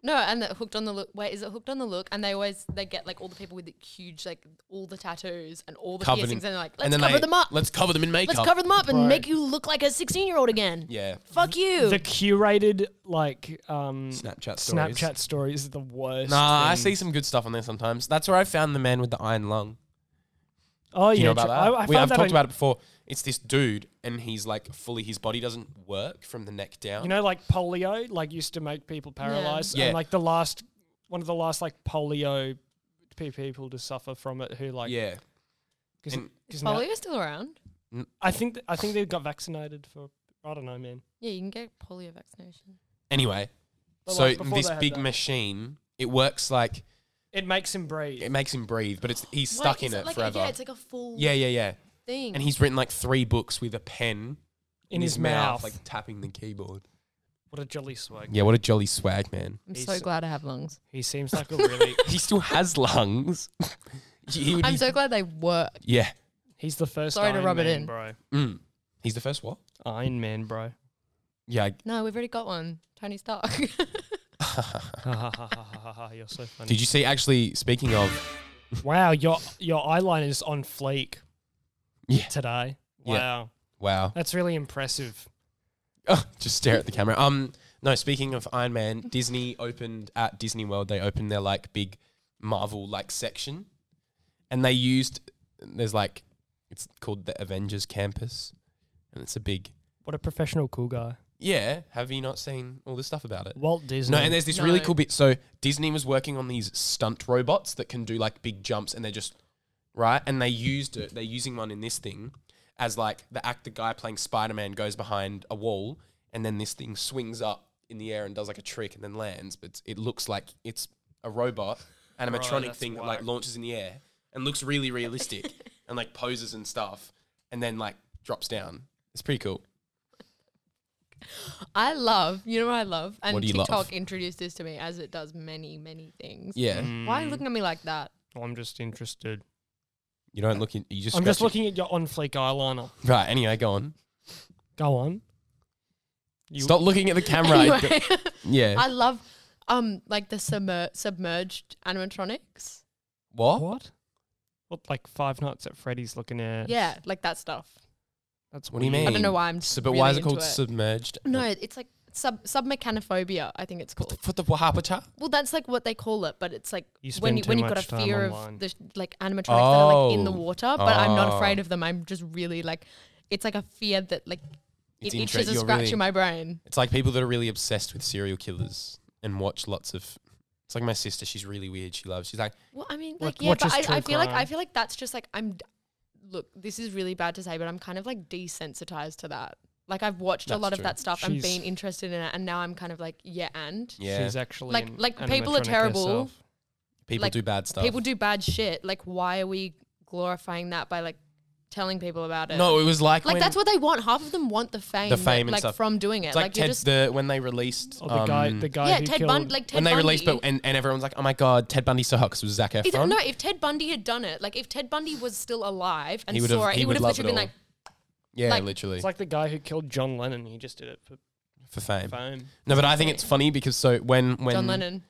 [SPEAKER 3] No, and that hooked on the look. Wait, is it hooked on the look? And they always they get like all the people with the huge like all the tattoos and all the
[SPEAKER 2] Covered in-
[SPEAKER 3] piercings, and they're like, let's
[SPEAKER 2] and then
[SPEAKER 3] cover
[SPEAKER 2] they-
[SPEAKER 3] them up. Let's,
[SPEAKER 2] Let's cover them in makeup.
[SPEAKER 3] cover them up
[SPEAKER 1] Right.
[SPEAKER 3] and make you look like a sixteen-year-old again.
[SPEAKER 2] yeah.
[SPEAKER 3] Fuck you.
[SPEAKER 1] The curated like um,
[SPEAKER 2] Snapchat stories.
[SPEAKER 1] Snapchat stories is the worst.
[SPEAKER 2] Nah,
[SPEAKER 1] thing.
[SPEAKER 2] I see some good stuff on there sometimes. That's where I found the man with the iron lung.
[SPEAKER 1] Oh
[SPEAKER 2] Do
[SPEAKER 1] yeah,
[SPEAKER 2] you know about
[SPEAKER 1] true.
[SPEAKER 2] that?
[SPEAKER 1] I, I
[SPEAKER 2] we,
[SPEAKER 1] found
[SPEAKER 2] I've
[SPEAKER 1] that
[SPEAKER 2] talked
[SPEAKER 1] on-
[SPEAKER 2] about it before. It's this dude, and he's like fully, his body doesn't work from the neck down.
[SPEAKER 1] You know, like polio, like used to make people paralyzed.
[SPEAKER 2] Yeah.
[SPEAKER 1] And like the last, one of the last like polio pe- people to suffer from it who like,
[SPEAKER 2] yeah.
[SPEAKER 1] cause,
[SPEAKER 2] And-
[SPEAKER 1] 'cause now-
[SPEAKER 3] Polio still around?
[SPEAKER 1] I think, th- I think they got vaccinated for, I don't know, man.
[SPEAKER 3] Yeah, you can get polio vaccination.
[SPEAKER 2] Anyway,
[SPEAKER 1] But,
[SPEAKER 2] so
[SPEAKER 1] like, before
[SPEAKER 2] this
[SPEAKER 1] they had
[SPEAKER 2] big
[SPEAKER 1] that-
[SPEAKER 2] machine, it works like
[SPEAKER 1] It makes him breathe.
[SPEAKER 2] it makes him breathe, but it's he's stuck
[SPEAKER 3] Wait,
[SPEAKER 2] in
[SPEAKER 3] is
[SPEAKER 2] it,
[SPEAKER 3] like
[SPEAKER 2] forever.
[SPEAKER 3] A, yeah, it's like a full
[SPEAKER 2] yeah, yeah, yeah.
[SPEAKER 3] thing.
[SPEAKER 2] And he's written like three books with a pen
[SPEAKER 1] in, his, mouth.
[SPEAKER 2] like tapping the keyboard.
[SPEAKER 1] what a jolly swag.
[SPEAKER 2] Yeah, what a jolly swag, man.
[SPEAKER 3] I'm
[SPEAKER 1] he's-
[SPEAKER 3] so glad I have lungs.
[SPEAKER 1] He seems like a really,
[SPEAKER 2] He still has lungs. He- he would
[SPEAKER 3] I'm
[SPEAKER 2] be-
[SPEAKER 3] so glad they work.
[SPEAKER 2] yeah.
[SPEAKER 1] he's the first
[SPEAKER 3] Sorry to
[SPEAKER 1] Iron
[SPEAKER 3] rub it
[SPEAKER 1] Man,
[SPEAKER 3] in.
[SPEAKER 1] bro.
[SPEAKER 2] Mm. He's the first what?
[SPEAKER 1] Iron Man, bro.
[SPEAKER 2] Yeah.
[SPEAKER 3] No, we've already got one. Tony Stark.
[SPEAKER 2] I-
[SPEAKER 1] You're so funny.
[SPEAKER 2] Did you see? Actually, speaking of,
[SPEAKER 1] Wow, your your eyeliner is on fleek.
[SPEAKER 2] Yeah.
[SPEAKER 1] Today.
[SPEAKER 2] Yeah.
[SPEAKER 1] Wow.
[SPEAKER 2] wow.
[SPEAKER 1] That's really impressive.
[SPEAKER 2] Oh, just stare at the camera. Um, no. Speaking of Iron Man, Disney opened at Disney World. They opened their like big Marvel like section, and they used there's like it's called the Avengers Campus, and it's a big
[SPEAKER 1] What a professional cool guy.
[SPEAKER 2] yeah. Have you not seen all this stuff about it?
[SPEAKER 1] Walt Disney.
[SPEAKER 2] No, and there's this really
[SPEAKER 3] No.
[SPEAKER 2] cool bit. So Disney was working on these stunt robots that can do like big jumps, and they're just right. And they used it. They're using one in this thing as like the act. The guy playing Spider Man goes behind a wall, and then this thing swings up in the air and does like a trick, and then lands. But it's- it looks like it's a robot animatronic
[SPEAKER 1] that's
[SPEAKER 2] thing that
[SPEAKER 1] whack.
[SPEAKER 2] like launches in the air and looks really realistic and like poses and stuff, and then like drops down. It's pretty cool.
[SPEAKER 3] I love, you know what I love? And
[SPEAKER 2] What do you love?
[SPEAKER 3] TikTok introduced this to me as it does many, many things.
[SPEAKER 2] Yeah,
[SPEAKER 1] Mm.
[SPEAKER 3] Why are you looking at me like that?
[SPEAKER 1] I'm just interested.
[SPEAKER 2] you don't look. In, you just.
[SPEAKER 1] I'm just
[SPEAKER 2] scratch
[SPEAKER 1] looking at your on fleek eyeliner.
[SPEAKER 2] it. Right. Anyway, go on.
[SPEAKER 1] Go on. You-
[SPEAKER 2] Stop looking at the camera.
[SPEAKER 3] Anyway,
[SPEAKER 2] Yeah.
[SPEAKER 3] I love um like the submer- submerged animatronics.
[SPEAKER 2] what? What,
[SPEAKER 1] What? What like Five Nights at Freddy's looking at?
[SPEAKER 3] Yeah, like that stuff.
[SPEAKER 1] That's
[SPEAKER 2] do you mean?
[SPEAKER 1] weird.
[SPEAKER 3] I don't know why I'm.
[SPEAKER 2] So, but
[SPEAKER 3] really
[SPEAKER 2] why is it
[SPEAKER 3] into
[SPEAKER 2] called submerged?
[SPEAKER 3] no, it's like sub submechanophobia. I think it's
[SPEAKER 2] What the,
[SPEAKER 3] called.
[SPEAKER 2] what the what happened? to-
[SPEAKER 3] Well, that's like what they call it, but it's like
[SPEAKER 1] You
[SPEAKER 3] when
[SPEAKER 1] spend
[SPEAKER 3] you
[SPEAKER 1] too
[SPEAKER 3] when you've got a
[SPEAKER 1] much time
[SPEAKER 3] fear
[SPEAKER 1] online.
[SPEAKER 3] of the sh- like animatronics that are like in the
[SPEAKER 2] Oh.
[SPEAKER 3] water. But I'm not afraid
[SPEAKER 2] Oh.
[SPEAKER 3] of them. I'm just really like, it's like a fear that like
[SPEAKER 2] It's
[SPEAKER 3] it
[SPEAKER 2] intre-
[SPEAKER 3] itches a
[SPEAKER 2] you're
[SPEAKER 3] scratch
[SPEAKER 2] really-
[SPEAKER 3] in my brain.
[SPEAKER 2] It's like people that are really obsessed with serial killers and watch lots of. It's like my sister. She's really weird. She loves. She's like,
[SPEAKER 3] Well, I mean,
[SPEAKER 1] Like,
[SPEAKER 3] like, yeah,
[SPEAKER 1] watches
[SPEAKER 3] but
[SPEAKER 1] true
[SPEAKER 3] I, I feel like I
[SPEAKER 1] crime.
[SPEAKER 3] feel like that's just like I'm. d- Look, this is really bad to say, but I'm kind of like desensitized to that. Like I've watched
[SPEAKER 2] That's
[SPEAKER 3] a lot
[SPEAKER 2] true.
[SPEAKER 3] of that stuff and
[SPEAKER 1] She's-
[SPEAKER 3] been interested in it, and now I'm kind of like, yeah, and
[SPEAKER 2] yeah,
[SPEAKER 1] She's actually
[SPEAKER 3] Like-
[SPEAKER 1] an
[SPEAKER 3] like, people are
[SPEAKER 1] animatronic
[SPEAKER 3] terrible.
[SPEAKER 1] herself.
[SPEAKER 2] people
[SPEAKER 3] like,
[SPEAKER 2] do bad stuff.
[SPEAKER 3] people do bad shit. Like, why are we glorifying that by like telling people about it?
[SPEAKER 2] No, it was like
[SPEAKER 3] like
[SPEAKER 2] when
[SPEAKER 3] that's what they want. Half of them want the fame, that-
[SPEAKER 2] fame and
[SPEAKER 3] like
[SPEAKER 2] stuff.
[SPEAKER 3] from doing it.
[SPEAKER 2] it's like,
[SPEAKER 3] you're
[SPEAKER 2] Ted
[SPEAKER 3] just Oh,
[SPEAKER 2] the when they released
[SPEAKER 1] Or Oh, the guy,
[SPEAKER 2] um,
[SPEAKER 1] the guy
[SPEAKER 3] yeah,
[SPEAKER 1] who
[SPEAKER 3] Ted
[SPEAKER 1] killed.
[SPEAKER 3] Bundy. Like Ted
[SPEAKER 2] when they
[SPEAKER 3] Bundy.
[SPEAKER 2] released, but and, and everyone's like, oh my god, Ted Bundy sucks. It was Zac
[SPEAKER 3] If-
[SPEAKER 2] Efron.
[SPEAKER 3] no, if Ted Bundy had done it, like if Ted Bundy was still alive and
[SPEAKER 2] He would've-
[SPEAKER 3] saw it,
[SPEAKER 2] he
[SPEAKER 3] he
[SPEAKER 2] would
[SPEAKER 3] would have
[SPEAKER 2] love it
[SPEAKER 3] literally been
[SPEAKER 2] all.
[SPEAKER 3] like,
[SPEAKER 2] yeah,
[SPEAKER 3] like-
[SPEAKER 2] literally
[SPEAKER 1] it's like the guy who killed John Lennon. He just did it for
[SPEAKER 2] for fame.
[SPEAKER 1] fame.
[SPEAKER 2] No, but I think it's funny because so when when
[SPEAKER 3] John Lennon.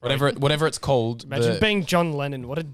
[SPEAKER 2] whatever it, whatever it's called,
[SPEAKER 1] Imagine
[SPEAKER 2] the-
[SPEAKER 1] being John Lennon. What a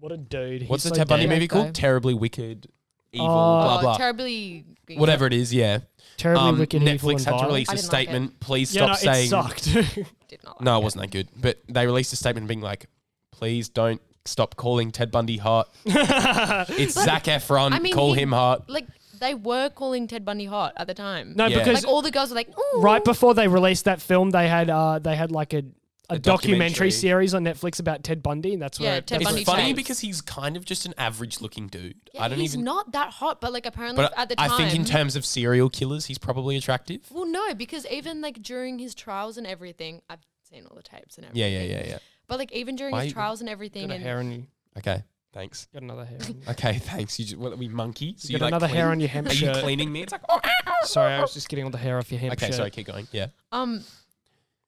[SPEAKER 1] what a dude. He's
[SPEAKER 2] what's the
[SPEAKER 1] so
[SPEAKER 2] Ted Bundy
[SPEAKER 1] dead.
[SPEAKER 3] dead.
[SPEAKER 2] movie
[SPEAKER 3] Great guy.
[SPEAKER 2] called? Terribly wicked, evil,
[SPEAKER 1] Oh.
[SPEAKER 2] blah
[SPEAKER 3] Oh,
[SPEAKER 2] blah.
[SPEAKER 3] terribly.
[SPEAKER 2] whatever it is, yeah.
[SPEAKER 1] Terribly
[SPEAKER 2] Um,
[SPEAKER 1] wicked, evil, and
[SPEAKER 2] Netflix had to
[SPEAKER 1] vile.
[SPEAKER 2] release
[SPEAKER 3] I
[SPEAKER 2] a
[SPEAKER 3] didn't like it.
[SPEAKER 2] statement. Please
[SPEAKER 1] Yeah,
[SPEAKER 2] stop
[SPEAKER 1] no,
[SPEAKER 2] saying.
[SPEAKER 1] it sucked.
[SPEAKER 3] Did not.
[SPEAKER 2] No, it
[SPEAKER 3] like
[SPEAKER 2] wasn't that good. But they released a statement being like, please don't stop calling Ted Bundy hot. It's
[SPEAKER 3] Like,
[SPEAKER 2] Zach Efron.
[SPEAKER 3] I mean,
[SPEAKER 2] Call
[SPEAKER 3] he-
[SPEAKER 2] him hot.
[SPEAKER 3] Like they were calling Ted Bundy hot at the time.
[SPEAKER 1] no,
[SPEAKER 2] Yeah.
[SPEAKER 1] because
[SPEAKER 3] like all the girls were like, Ooh.
[SPEAKER 1] right before they released that film, they had uh, they had like a, a,
[SPEAKER 2] A
[SPEAKER 1] documentary.
[SPEAKER 2] documentary.
[SPEAKER 1] series on Netflix about Ted Bundy, and that's
[SPEAKER 3] Yeah,
[SPEAKER 1] where
[SPEAKER 3] Ted
[SPEAKER 1] that's
[SPEAKER 2] It's
[SPEAKER 3] Bundy
[SPEAKER 1] where-
[SPEAKER 2] funny
[SPEAKER 3] tapes.
[SPEAKER 2] because he's kind of just an average looking dude.
[SPEAKER 3] Yeah,
[SPEAKER 2] I don't
[SPEAKER 3] he's
[SPEAKER 2] even.
[SPEAKER 3] not that hot, but like apparently
[SPEAKER 2] but
[SPEAKER 3] at the time.
[SPEAKER 2] I think in terms of serial killers, he's probably attractive.
[SPEAKER 3] well, no, because even like during his trials and everything, I've seen all the tapes and
[SPEAKER 2] Yeah,
[SPEAKER 3] everything.
[SPEAKER 2] yeah, yeah, yeah.
[SPEAKER 3] But like even during
[SPEAKER 2] Why-
[SPEAKER 3] his trials and
[SPEAKER 1] Got
[SPEAKER 3] everything,
[SPEAKER 1] a
[SPEAKER 3] and
[SPEAKER 1] hair on you.
[SPEAKER 2] Okay, thanks.
[SPEAKER 1] Got another hair. On you.
[SPEAKER 2] Okay, thanks. You just, what are we monkeys? So
[SPEAKER 1] You got another hair on your hemp
[SPEAKER 2] Are you
[SPEAKER 1] shirt.
[SPEAKER 2] cleaning me? It's like, oh, ow.
[SPEAKER 1] Sorry, I was just getting all the hair off your hemp
[SPEAKER 2] okay,
[SPEAKER 1] shirt.
[SPEAKER 2] sorry, keep going. Yeah.
[SPEAKER 3] Um,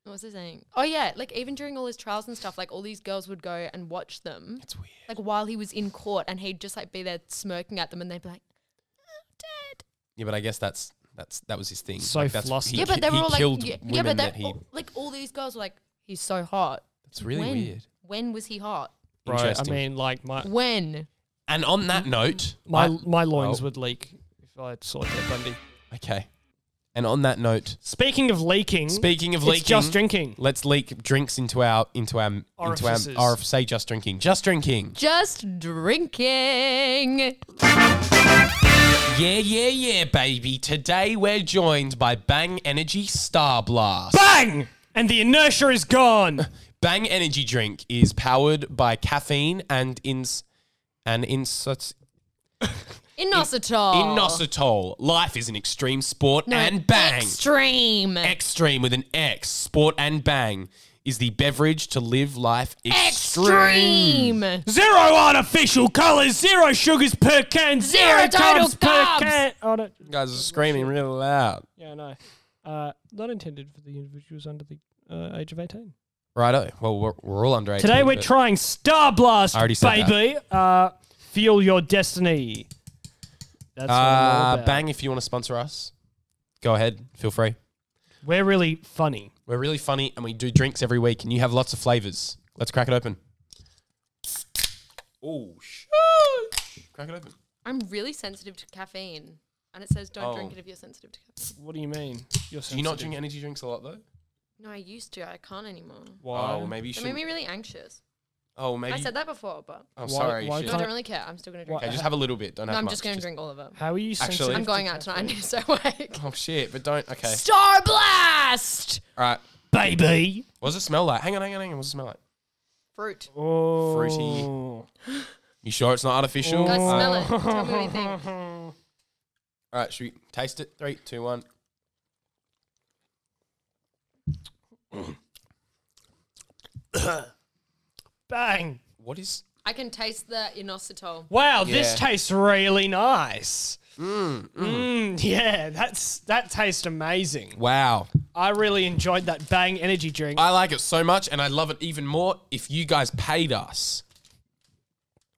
[SPEAKER 3] what was I saying? Oh yeah, like even during all his trials and stuff, like all these girls would go and watch them,
[SPEAKER 2] It's weird.
[SPEAKER 3] like while he was in court, and he'd just like be there smirking at them, and they'd be like, "Oh, "Dad."
[SPEAKER 2] Yeah, but I guess that's That's that was his thing.
[SPEAKER 1] So
[SPEAKER 2] like, that's,
[SPEAKER 1] flustered.
[SPEAKER 2] He,
[SPEAKER 3] yeah, but they
[SPEAKER 2] he
[SPEAKER 3] were all like,
[SPEAKER 2] killed
[SPEAKER 3] yeah, yeah,
[SPEAKER 2] women
[SPEAKER 3] but
[SPEAKER 2] that
[SPEAKER 3] that,
[SPEAKER 2] he.
[SPEAKER 3] like all these girls were like, he's so hot.
[SPEAKER 2] It's really
[SPEAKER 3] when?
[SPEAKER 2] weird.
[SPEAKER 3] When was he hot?
[SPEAKER 1] Bro, I
[SPEAKER 2] Interesting.
[SPEAKER 1] mean, like my
[SPEAKER 3] When?
[SPEAKER 2] and on that note,
[SPEAKER 1] my
[SPEAKER 2] I-
[SPEAKER 1] my loins
[SPEAKER 2] Oh.
[SPEAKER 1] would leak if I saw Ted Bundy.
[SPEAKER 2] okay. And on that note,
[SPEAKER 1] Speaking of leaking,
[SPEAKER 2] speaking of
[SPEAKER 1] it's
[SPEAKER 2] leaking,
[SPEAKER 1] just drinking.
[SPEAKER 2] let's leak drinks into our into our
[SPEAKER 1] Orifices.
[SPEAKER 2] into our or say just drinking, just drinking.
[SPEAKER 3] Just drinking.
[SPEAKER 2] Yeah, yeah, yeah, baby. Today we're joined by Bang Energy Star Blast.
[SPEAKER 1] Bang! And the inertia is gone.
[SPEAKER 2] Bang Energy Drink is powered by caffeine and ins and insoc-
[SPEAKER 3] Inositol.
[SPEAKER 2] inositol. Life is an extreme sport
[SPEAKER 3] No,
[SPEAKER 2] and bang.
[SPEAKER 3] Extreme.
[SPEAKER 2] Extreme with an X. Sport and bang is the beverage to live life extreme.
[SPEAKER 3] Extreme.
[SPEAKER 1] zero artificial colors, zero sugars per can,
[SPEAKER 3] Zero total
[SPEAKER 1] carbs per
[SPEAKER 3] carbs.
[SPEAKER 1] can. Oh, no.
[SPEAKER 2] You guys are screaming real loud.
[SPEAKER 1] Yeah, no. Uh, not intended for the individuals under the uh, age of 18.
[SPEAKER 2] Righto. Well, we're, we're all under 18.
[SPEAKER 1] Today we're
[SPEAKER 2] but
[SPEAKER 1] trying Star Blast,
[SPEAKER 2] Uh, I already said
[SPEAKER 1] baby. Uh, fuel your destiny. That's what I'm all
[SPEAKER 2] Uh,
[SPEAKER 1] about.
[SPEAKER 2] bang, if you want to sponsor us, go ahead. Feel free.
[SPEAKER 1] We're really funny.
[SPEAKER 2] We're really funny and we do drinks every week, and you have lots of flavors. Let's crack it open. Oh, shit. Crack it open.
[SPEAKER 3] I'm really sensitive to caffeine. And it says don't
[SPEAKER 2] Oh.
[SPEAKER 3] drink it if you're sensitive to caffeine.
[SPEAKER 1] What do you mean? You're
[SPEAKER 2] Do you not drink energy drinks a lot, though?
[SPEAKER 3] No, I used to. I can't anymore.
[SPEAKER 1] Why?
[SPEAKER 2] Oh, maybe you
[SPEAKER 3] It
[SPEAKER 2] should.
[SPEAKER 3] made me really anxious.
[SPEAKER 2] Oh, maybe.
[SPEAKER 3] I said that before, but
[SPEAKER 1] Why-
[SPEAKER 2] I'm sorry.
[SPEAKER 1] why
[SPEAKER 2] shit.
[SPEAKER 3] no, I
[SPEAKER 1] can't-
[SPEAKER 3] don't really care. I'm still going to drink
[SPEAKER 1] Why-
[SPEAKER 2] Okay,
[SPEAKER 3] it.
[SPEAKER 2] just have a little bit. Don't
[SPEAKER 3] No,
[SPEAKER 2] have
[SPEAKER 3] I'm
[SPEAKER 2] much.
[SPEAKER 3] just going to drink all of it.
[SPEAKER 1] How are you
[SPEAKER 2] Actually-
[SPEAKER 1] sensitive
[SPEAKER 3] I'm
[SPEAKER 1] to
[SPEAKER 3] going out tonight. I
[SPEAKER 1] caffeine?
[SPEAKER 3] need to stay awake.
[SPEAKER 2] Oh shit! But don't. Okay.
[SPEAKER 3] Star Blast!
[SPEAKER 2] All right.
[SPEAKER 1] Baby.
[SPEAKER 2] What does it smell like? Hang on, hang on, hang on. What's it smell like?
[SPEAKER 3] Fruit.
[SPEAKER 1] Oh.
[SPEAKER 2] You sure it's not artificial? Uh,
[SPEAKER 3] I smell it. Tell me what you think.
[SPEAKER 2] All right, should we taste it? Three, two, one.
[SPEAKER 1] Bang.
[SPEAKER 2] What is?
[SPEAKER 3] I can taste the inositol.
[SPEAKER 1] Wow, this
[SPEAKER 2] Yeah.
[SPEAKER 1] tastes really nice.
[SPEAKER 2] Mm, mm.
[SPEAKER 1] Mm, yeah, that's that tastes amazing.
[SPEAKER 2] Wow,
[SPEAKER 1] I really enjoyed that Bang energy drink.
[SPEAKER 2] I like it so much, and I'd love it even more if you guys paid us.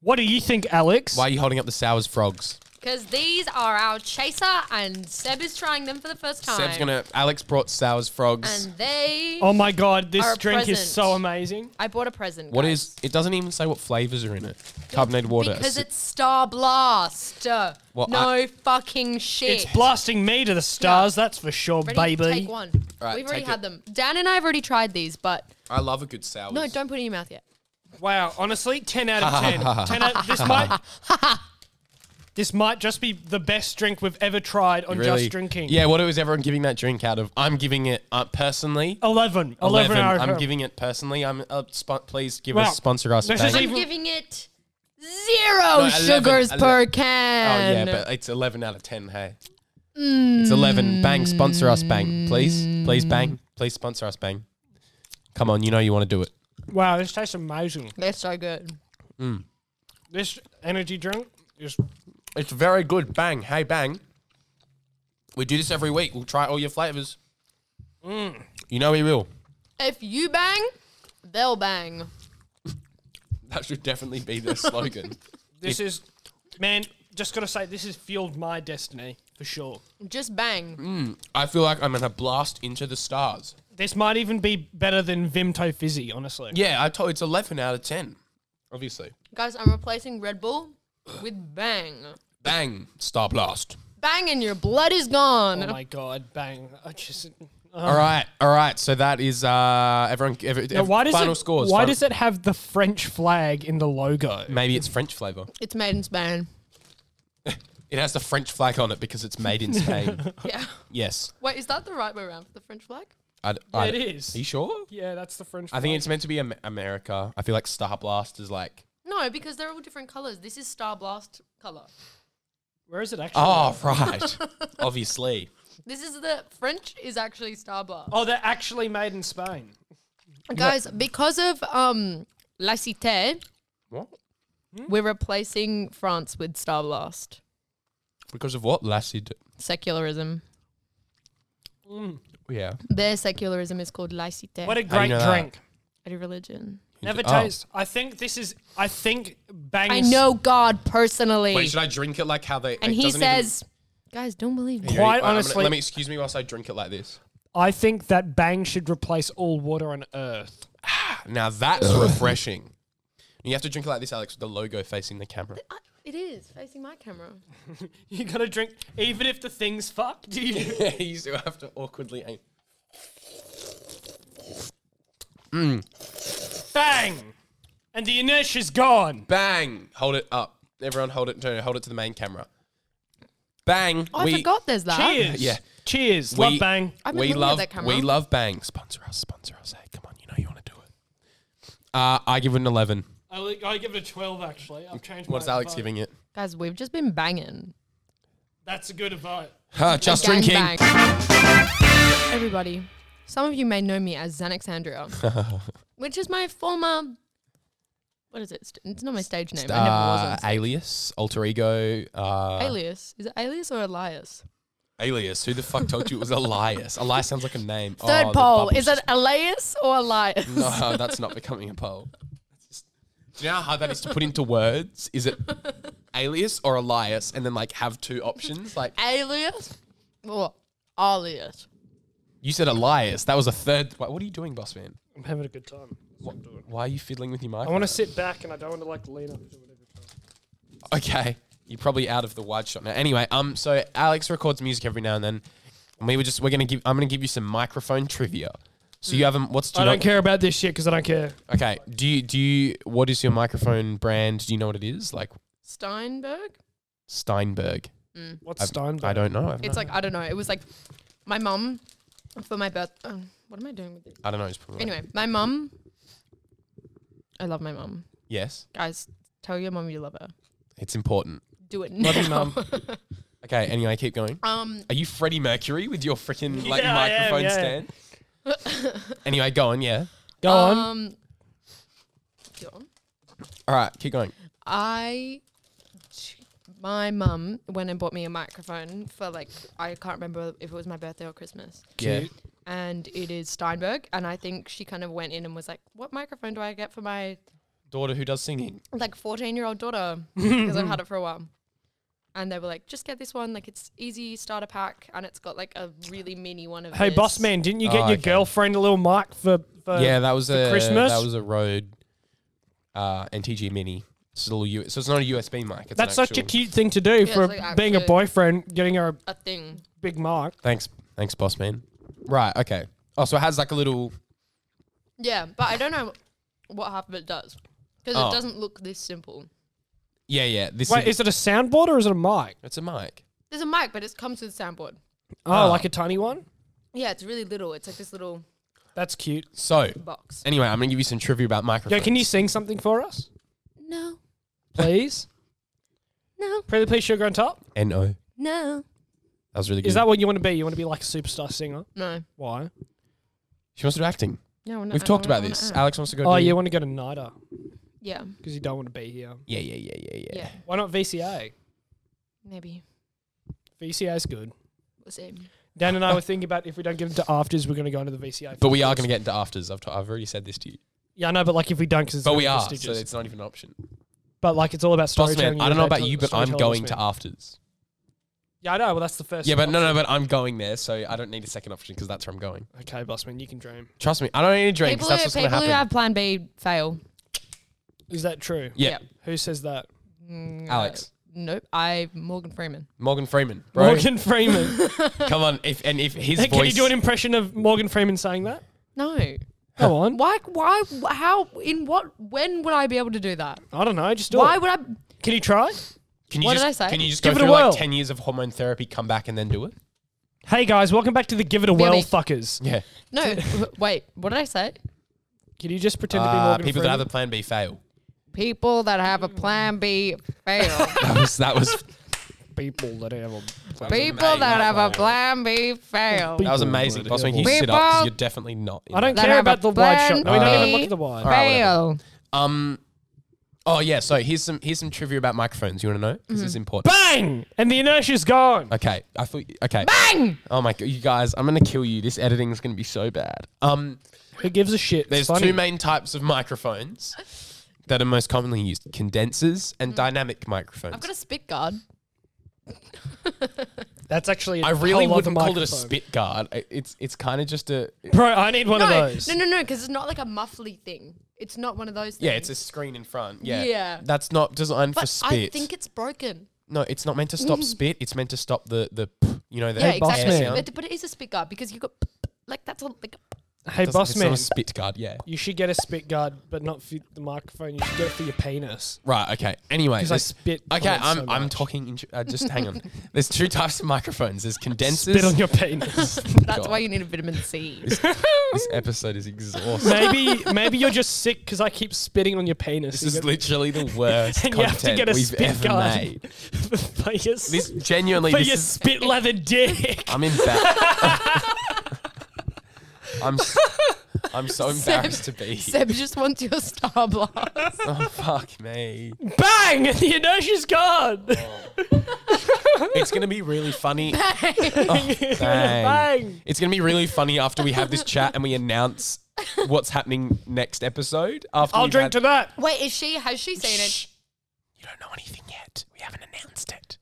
[SPEAKER 1] what do you think, Alex?
[SPEAKER 2] Why are you holding up the sours frogs?
[SPEAKER 3] Because these are our chaser, and Seb is trying them for the first time.
[SPEAKER 2] Seb's gonna. Alex brought sours frogs.
[SPEAKER 3] And they.
[SPEAKER 1] Oh my god,
[SPEAKER 3] Are
[SPEAKER 1] this
[SPEAKER 3] a
[SPEAKER 1] drink is
[SPEAKER 3] present.
[SPEAKER 1] so amazing.
[SPEAKER 3] I bought a present.
[SPEAKER 2] What
[SPEAKER 3] guys.
[SPEAKER 2] is? It doesn't even say what flavors are in it. Carbonated water.
[SPEAKER 3] Because it's Star Blast. Uh,
[SPEAKER 2] Well,
[SPEAKER 3] no fucking shit.
[SPEAKER 1] It's blasting me to the stars, that's for sure,
[SPEAKER 3] Ready?
[SPEAKER 1] baby.
[SPEAKER 3] Take one.
[SPEAKER 2] Alright,
[SPEAKER 3] We've already
[SPEAKER 2] take
[SPEAKER 3] had
[SPEAKER 2] it.
[SPEAKER 3] them. Dan and I have already tried these, but
[SPEAKER 2] I love a good sour.
[SPEAKER 3] no, don't put it in your mouth yet.
[SPEAKER 1] Wow, honestly, 10 out of 10. 10 out, this might This might just be the best drink we've ever tried on just drinking.
[SPEAKER 2] Yeah. What was everyone giving that drink out of? I'm giving it uh, personally.
[SPEAKER 1] 11. 11,
[SPEAKER 2] 11.
[SPEAKER 1] out of
[SPEAKER 2] I'm
[SPEAKER 1] 10.
[SPEAKER 2] giving it personally. I'm uh, spo- please give
[SPEAKER 1] Wow.
[SPEAKER 2] us sponsor us.
[SPEAKER 1] This
[SPEAKER 2] thank
[SPEAKER 1] is
[SPEAKER 2] you.
[SPEAKER 1] even-
[SPEAKER 3] I'm giving it zero
[SPEAKER 2] No, 11,
[SPEAKER 3] sugars per
[SPEAKER 2] 11. oh yeah,
[SPEAKER 3] can.
[SPEAKER 2] but it's 11 out of 10. Hey, it's 11. Bang, sponsor us, bang, please, please, bang, please sponsor us, bang. Come on, you know you want to do it.
[SPEAKER 1] Wow, this tastes amazing.
[SPEAKER 3] They're so good.
[SPEAKER 1] This energy drink is
[SPEAKER 2] It's very good, bang. Hey, bang. We do this every week. We'll try all your flavors.
[SPEAKER 1] Mm.
[SPEAKER 2] You know we will.
[SPEAKER 3] If you bang, they'll bang.
[SPEAKER 2] That should definitely be the slogan.
[SPEAKER 1] This is, man, just gotta say, this has fueled my destiny for sure.
[SPEAKER 3] Just
[SPEAKER 2] Mm.
[SPEAKER 3] bang.
[SPEAKER 2] I feel like I'm gonna blast into the stars.
[SPEAKER 1] This might even be better than Vimto Fizzy, honestly.
[SPEAKER 2] Yeah, I told it's 11 out of 10. Obviously,
[SPEAKER 3] Guys, I'm replacing Red Bull with bang.
[SPEAKER 2] bang, star blast.
[SPEAKER 3] Bang and your blood is gone.
[SPEAKER 1] Oh my god, bang! I just.
[SPEAKER 2] All right, all right. So that is uh, everyone. Every,
[SPEAKER 1] Oh. Now, why does
[SPEAKER 2] final
[SPEAKER 1] it,
[SPEAKER 2] scores?
[SPEAKER 1] Why
[SPEAKER 2] final-
[SPEAKER 1] does it have the French flag in the logo?
[SPEAKER 2] Maybe it's French flavor.
[SPEAKER 3] it's made in Spain.
[SPEAKER 2] It has the French flag on it because it's made in Spain.
[SPEAKER 3] Yeah.
[SPEAKER 2] yes,
[SPEAKER 3] Wait, is that the right way around for the French flag?
[SPEAKER 2] I'd,
[SPEAKER 1] Yeah,
[SPEAKER 2] I'd,
[SPEAKER 1] it is.
[SPEAKER 2] Are you sure?
[SPEAKER 1] Yeah, that's the French.
[SPEAKER 2] I think it's meant to be Am- America. I feel like Star Blast is like.
[SPEAKER 3] No, because they're all different colors. This is Star Blast color.
[SPEAKER 1] Where is it actually?
[SPEAKER 2] Oh right, obviously.
[SPEAKER 3] This is the French is actually Star Blast.
[SPEAKER 1] Oh, they're actually made in Spain.
[SPEAKER 3] Guys, because of um La Cité,
[SPEAKER 2] What? Hmm?
[SPEAKER 3] we're replacing France with Star Blast.
[SPEAKER 2] Because of what? Lacid.
[SPEAKER 3] Secularism.
[SPEAKER 2] Yeah.
[SPEAKER 3] Their secularism is called La Cité.
[SPEAKER 1] What a
[SPEAKER 2] How do you
[SPEAKER 1] great
[SPEAKER 2] know that?
[SPEAKER 1] drink.
[SPEAKER 3] a religion.
[SPEAKER 1] Never
[SPEAKER 2] Oh.
[SPEAKER 1] taste. I think this is. I think bang.
[SPEAKER 3] I
[SPEAKER 1] is-
[SPEAKER 3] know God personally.
[SPEAKER 2] Wait, should I drink it like how they?
[SPEAKER 3] and
[SPEAKER 2] it
[SPEAKER 3] he
[SPEAKER 2] doesn't even-
[SPEAKER 3] says, Guys, don't believe me.
[SPEAKER 1] Quite
[SPEAKER 2] Wait, wait, I'm
[SPEAKER 1] honestly-
[SPEAKER 2] gonna- let me excuse me whilst I drink it like this.
[SPEAKER 1] I think that Bang should replace all water on Earth.
[SPEAKER 2] Now that's refreshing. You have to drink it like this, Alex. With the logo facing the camera.
[SPEAKER 3] I- It is facing my camera.
[SPEAKER 1] You gotta drink, even if the thing's fucked. You
[SPEAKER 2] you still have to awkwardly aim.
[SPEAKER 1] bang, and the inertia's gone.
[SPEAKER 2] Bang! Hold it up. Everyone, hold it. Hold it to the main camera. Bang!
[SPEAKER 3] Oh, I forgot there's that.
[SPEAKER 1] Cheers.
[SPEAKER 2] Yeah.
[SPEAKER 1] Cheers. Love
[SPEAKER 2] We-
[SPEAKER 1] Bang.
[SPEAKER 3] I've been
[SPEAKER 2] we
[SPEAKER 3] looking at
[SPEAKER 2] love
[SPEAKER 3] that camera.
[SPEAKER 2] we love bang. Sponsor us, sponsor us. Hey, come on, you know you want to do it. Uh, I give it an eleven.
[SPEAKER 1] I, li- I give it a 12, actually. I've changed
[SPEAKER 2] What's
[SPEAKER 1] my
[SPEAKER 2] Alex
[SPEAKER 1] vote.
[SPEAKER 2] giving it?
[SPEAKER 3] Guys, we've just been banging.
[SPEAKER 1] That's a good vote.
[SPEAKER 2] Huh, just
[SPEAKER 3] Gang
[SPEAKER 2] drinking.
[SPEAKER 3] bang. Everybody, some of you may know me as Xanaxandria, which is my former. What is it? St- It's not my stage name. I never was on
[SPEAKER 2] Uh,
[SPEAKER 3] stage.
[SPEAKER 2] alias, alter ego, uh,
[SPEAKER 3] Alias. Is it Alias or Elias?
[SPEAKER 2] alias. Who the fuck told you it was Elias? Elias sounds like a name.
[SPEAKER 3] Third
[SPEAKER 2] Oh, the
[SPEAKER 3] poll.
[SPEAKER 2] bubbles
[SPEAKER 3] Is it Elias or Elias?
[SPEAKER 2] just- No, that's not becoming a poll. Do you know how hard that is to put into words? Is it alias or Elias, and then like have two options? Like
[SPEAKER 3] Alias or Alias?
[SPEAKER 2] you said Elias, that was a third. What what are you doing, boss man?
[SPEAKER 1] I'm having a good time.
[SPEAKER 2] Why are you fiddling with your mic?
[SPEAKER 1] I want to sit back and I don't want to like lean up.
[SPEAKER 2] Okay. You're probably out of the wide shot now. Anyway, um, so Alex records music every now and then. And we were just we're gonna give I'm gonna give you some microphone trivia. So you haven't what's do
[SPEAKER 1] Mm. I
[SPEAKER 2] you
[SPEAKER 1] don't
[SPEAKER 2] know-
[SPEAKER 1] care about this shit because I don't care.
[SPEAKER 2] Okay. Do you do you what is your microphone brand? Do you know what it is? Like
[SPEAKER 3] Steinberg?
[SPEAKER 2] Steinberg.
[SPEAKER 1] What's
[SPEAKER 2] I've-
[SPEAKER 1] Steinberg?
[SPEAKER 2] I don't know. I've
[SPEAKER 3] It's like, I don't know. It was like my mum for my birth. Oh, what am I doing with this?
[SPEAKER 2] I don't know. It's probably
[SPEAKER 3] Anyway, my mum. I love my mum.
[SPEAKER 2] Yes.
[SPEAKER 3] Guys, tell your mum you love her.
[SPEAKER 2] It's important.
[SPEAKER 3] Do it
[SPEAKER 1] Love
[SPEAKER 3] now.
[SPEAKER 1] you, mum.
[SPEAKER 2] Okay, anyway, keep going.
[SPEAKER 3] Um,
[SPEAKER 2] Are you Freddie Mercury with your freaking like
[SPEAKER 1] Yeah, I am,
[SPEAKER 2] microphone
[SPEAKER 1] yeah.
[SPEAKER 2] stand? anyway, go on, yeah.
[SPEAKER 1] Go on.
[SPEAKER 3] um, go on.
[SPEAKER 2] All right, keep going.
[SPEAKER 3] I, my mum went and bought me a microphone for like I can't remember if it was my birthday or Christmas,
[SPEAKER 2] Yeah.
[SPEAKER 1] Cute.
[SPEAKER 3] and it is Steinberg, and I think she kind of went in and was like, "What microphone do I get for my
[SPEAKER 2] Daughter who does singing.
[SPEAKER 3] like 14 year old daughter because I've had it for a while. And they were like, just get this one. Like, it's easy starter pack. And it's got like a really mini one of
[SPEAKER 1] Hey,
[SPEAKER 3] this.
[SPEAKER 1] boss man, didn't you get
[SPEAKER 2] Oh,
[SPEAKER 1] your
[SPEAKER 2] okay.
[SPEAKER 1] girlfriend a little mic for, Uh, for
[SPEAKER 2] yeah, that was a
[SPEAKER 1] Christmas?
[SPEAKER 2] That was a Rode uh, NTG Mini. It's a little U- so it's not a USB mic. It's an
[SPEAKER 1] That's such a
[SPEAKER 2] actual-
[SPEAKER 1] cute thing to do
[SPEAKER 3] it's
[SPEAKER 1] for
[SPEAKER 3] like
[SPEAKER 1] being a
[SPEAKER 3] actually-
[SPEAKER 1] boyfriend, getting her a
[SPEAKER 3] A thing.
[SPEAKER 1] big mic.
[SPEAKER 2] Thanks, thanks, boss man. Right, okay. Oh, so it has like a little.
[SPEAKER 3] Yeah, but I don't know what half of it does because
[SPEAKER 2] Oh.
[SPEAKER 3] it doesn't look this simple.
[SPEAKER 2] Yeah, yeah. This
[SPEAKER 1] Wait,
[SPEAKER 2] is,
[SPEAKER 1] is it a soundboard or is it a mic?
[SPEAKER 2] it's a mic.
[SPEAKER 3] There's a mic, but it comes with soundboard.
[SPEAKER 1] Oh,
[SPEAKER 2] Oh.
[SPEAKER 1] like a tiny one?
[SPEAKER 3] Yeah, it's really little. It's like this little
[SPEAKER 1] That's cute.
[SPEAKER 2] So
[SPEAKER 3] box.
[SPEAKER 2] anyway, I'm gonna give you some trivia about
[SPEAKER 1] Yo,
[SPEAKER 2] microphones.
[SPEAKER 1] can you sing something for us?
[SPEAKER 3] No,
[SPEAKER 1] Please?
[SPEAKER 3] no,
[SPEAKER 1] Pretty Please Sugar on Top?
[SPEAKER 2] No, that
[SPEAKER 3] no.
[SPEAKER 2] was really good.
[SPEAKER 1] Is that what you want to be? You want to be like a superstar singer? Oh,
[SPEAKER 3] No.
[SPEAKER 1] Why?
[SPEAKER 2] she wants to do acting?
[SPEAKER 3] No, we're not,
[SPEAKER 2] We've
[SPEAKER 3] I
[SPEAKER 2] talked
[SPEAKER 3] wanna- I
[SPEAKER 2] about
[SPEAKER 3] wanna
[SPEAKER 2] this.
[SPEAKER 3] act.
[SPEAKER 2] Alex wants to go.
[SPEAKER 1] Oh,
[SPEAKER 2] do,
[SPEAKER 1] you want to go to NIDA
[SPEAKER 3] Yeah,
[SPEAKER 1] because you don't want to be here.
[SPEAKER 2] Yeah, yeah, yeah, yeah, yeah.
[SPEAKER 3] yeah.
[SPEAKER 1] Why not VCA?
[SPEAKER 3] Maybe.
[SPEAKER 1] VCA's good.
[SPEAKER 3] We'll see.
[SPEAKER 1] Dan and I were thinking about if we don't get into afters, we're going to go into the VCA.
[SPEAKER 2] But we are
[SPEAKER 1] first.
[SPEAKER 2] gonna get into afters. I've, t- I've already said this to you.
[SPEAKER 1] Yeah, I know, but like if we don't, because it's
[SPEAKER 2] But
[SPEAKER 1] very
[SPEAKER 2] we are, so
[SPEAKER 1] prestigious.
[SPEAKER 2] it's not even an option.
[SPEAKER 1] but like it's all about
[SPEAKER 2] Boss
[SPEAKER 1] storytelling.
[SPEAKER 2] man, I don't know about
[SPEAKER 1] tell-
[SPEAKER 2] you, but I'm
[SPEAKER 1] storytelling
[SPEAKER 2] going
[SPEAKER 1] is
[SPEAKER 2] to
[SPEAKER 1] me.
[SPEAKER 2] afters.
[SPEAKER 1] Yeah, I know. Well, that's the first.
[SPEAKER 2] Yeah, but no, no,
[SPEAKER 1] option.
[SPEAKER 2] but I'm going there, so I don't need a second option because that's where I'm going.
[SPEAKER 1] Okay, bossman, you can dream.
[SPEAKER 2] Trust me, I don't need a drink. 'cause
[SPEAKER 3] People,
[SPEAKER 2] That's
[SPEAKER 3] who,
[SPEAKER 2] what's gonna
[SPEAKER 3] people who
[SPEAKER 2] happen.
[SPEAKER 3] have plan B fail.
[SPEAKER 1] Is that true?
[SPEAKER 2] yeah.
[SPEAKER 3] yeah.
[SPEAKER 1] Who says that?
[SPEAKER 3] Mm,
[SPEAKER 2] Alex.
[SPEAKER 3] uh, nope. I Morgan Freeman.
[SPEAKER 2] Morgan Freeman, bro.
[SPEAKER 1] Morgan Freeman.
[SPEAKER 2] Come on, if and if his
[SPEAKER 1] Can you
[SPEAKER 2] voice,
[SPEAKER 1] do an impression of Morgan Freeman saying that?
[SPEAKER 3] No.
[SPEAKER 1] Go on.
[SPEAKER 3] Why? Why? How? In what? When would I be able to do that?
[SPEAKER 1] I don't know. Just do
[SPEAKER 3] Why
[SPEAKER 1] it.
[SPEAKER 3] would I?
[SPEAKER 1] Can you try?
[SPEAKER 2] can you
[SPEAKER 3] What
[SPEAKER 2] just,
[SPEAKER 3] did I say?
[SPEAKER 2] Can you just
[SPEAKER 1] Give
[SPEAKER 2] go
[SPEAKER 1] it a
[SPEAKER 2] through
[SPEAKER 1] whirl.
[SPEAKER 2] like ten years of hormone therapy, come back and then do it?
[SPEAKER 1] Hey guys, welcome back to the Give It a
[SPEAKER 3] Yeah,
[SPEAKER 1] Whirl
[SPEAKER 3] mate.
[SPEAKER 1] fuckers.
[SPEAKER 2] Yeah.
[SPEAKER 3] No. w- wait. What did I say?
[SPEAKER 1] Can you just pretend to be
[SPEAKER 2] Uh,
[SPEAKER 1] Morgan
[SPEAKER 2] people that
[SPEAKER 1] Freeman?
[SPEAKER 2] have a plan B fail.
[SPEAKER 3] People that have a plan B fail.
[SPEAKER 2] That was that was
[SPEAKER 1] people that have a
[SPEAKER 3] People that have a plan B fail.
[SPEAKER 2] that was amazing.
[SPEAKER 1] People.
[SPEAKER 2] Boss man, can you sit up? 'Cause
[SPEAKER 3] People-
[SPEAKER 2] You're definitely not. in
[SPEAKER 1] I don't
[SPEAKER 2] that.
[SPEAKER 3] that
[SPEAKER 1] care
[SPEAKER 3] have a
[SPEAKER 1] about the wide shot. No, we don't
[SPEAKER 2] plan
[SPEAKER 1] even look
[SPEAKER 3] B.
[SPEAKER 1] at the wide.
[SPEAKER 2] All right,
[SPEAKER 3] Fail.
[SPEAKER 2] Um. Oh yeah. So here's some here's some trivia about microphones. You want to know? Because
[SPEAKER 3] Mm-hmm.
[SPEAKER 2] it's important.
[SPEAKER 1] Bang! And the inertia's gone.
[SPEAKER 2] Okay. I thought. Okay.
[SPEAKER 3] Bang!
[SPEAKER 2] Oh my god, you guys, I'm gonna kill you. This editing is gonna be so bad. Um,
[SPEAKER 1] Who gives a shit?
[SPEAKER 2] there's
[SPEAKER 1] It's funny.
[SPEAKER 2] two main types of microphones that are most commonly used:
[SPEAKER 3] Mm.
[SPEAKER 2] condensers and dynamic microphones.
[SPEAKER 3] I've got a spit guard.
[SPEAKER 1] That's actually. I
[SPEAKER 2] I really wouldn't call it a spit guard. I- It's it's kind of just a
[SPEAKER 1] Bro, I need one
[SPEAKER 3] no,
[SPEAKER 1] of those.
[SPEAKER 3] no, no, no, because it's not like a muffly thing. It's not one of those. Things.
[SPEAKER 2] yeah, it's a screen in front. Yeah,
[SPEAKER 3] Yeah.
[SPEAKER 2] That's not designed for
[SPEAKER 3] But
[SPEAKER 2] spit.
[SPEAKER 3] I think it's broken.
[SPEAKER 2] no, it's not meant to stop spit. It's meant to stop the the p- you know the
[SPEAKER 3] Mm-hmm. yeah,
[SPEAKER 2] air
[SPEAKER 1] boss
[SPEAKER 3] exactly.
[SPEAKER 1] man.
[SPEAKER 2] sound.
[SPEAKER 3] But, but it is a spit guard because you got like that's a like.
[SPEAKER 1] Hey,
[SPEAKER 2] Doesn't-
[SPEAKER 1] boss
[SPEAKER 2] it's not
[SPEAKER 1] man,
[SPEAKER 2] a spit guard. Yeah.
[SPEAKER 1] you should get a spit guard, but not for the microphone. You should get it for your penis.
[SPEAKER 2] Right. Okay. Anyway,
[SPEAKER 1] Because I
[SPEAKER 2] this-
[SPEAKER 1] spit. on
[SPEAKER 2] Okay,
[SPEAKER 1] it so
[SPEAKER 2] I'm I'm
[SPEAKER 1] much.
[SPEAKER 2] talking. In, uh, just hang on. There's two types of microphones. There's condensers.
[SPEAKER 1] Spit on your penis.
[SPEAKER 3] That's
[SPEAKER 2] God.
[SPEAKER 3] why you need a vitamin C.
[SPEAKER 2] This episode is exhausting.
[SPEAKER 1] maybe maybe you're just sick because I keep spitting on your penis.
[SPEAKER 2] this is
[SPEAKER 1] You
[SPEAKER 2] literally the worst
[SPEAKER 1] And
[SPEAKER 2] content
[SPEAKER 1] you have to get a
[SPEAKER 2] we've
[SPEAKER 1] spit
[SPEAKER 2] ever
[SPEAKER 1] guard.
[SPEAKER 2] made.
[SPEAKER 1] get- for your, s-
[SPEAKER 2] This genuinely.
[SPEAKER 1] for
[SPEAKER 2] This
[SPEAKER 1] your
[SPEAKER 2] is,
[SPEAKER 1] spit leather dick.
[SPEAKER 2] I'm in bad. I'm s- I'm so embarrassed to be here.
[SPEAKER 3] Seb just wants your star blast.
[SPEAKER 2] Oh fuck me.
[SPEAKER 1] Bang! The inertia's gone.
[SPEAKER 2] Oh, It's gonna be really funny. Bang.
[SPEAKER 1] Bang.
[SPEAKER 2] It's gonna be really funny after we have this chat and we announce what's happening next episode. After
[SPEAKER 1] I'll
[SPEAKER 2] we've
[SPEAKER 1] drink
[SPEAKER 2] had-
[SPEAKER 1] to that.
[SPEAKER 3] Wait, is she? Has she seen it?
[SPEAKER 2] You don't know anything yet. We haven't announced it.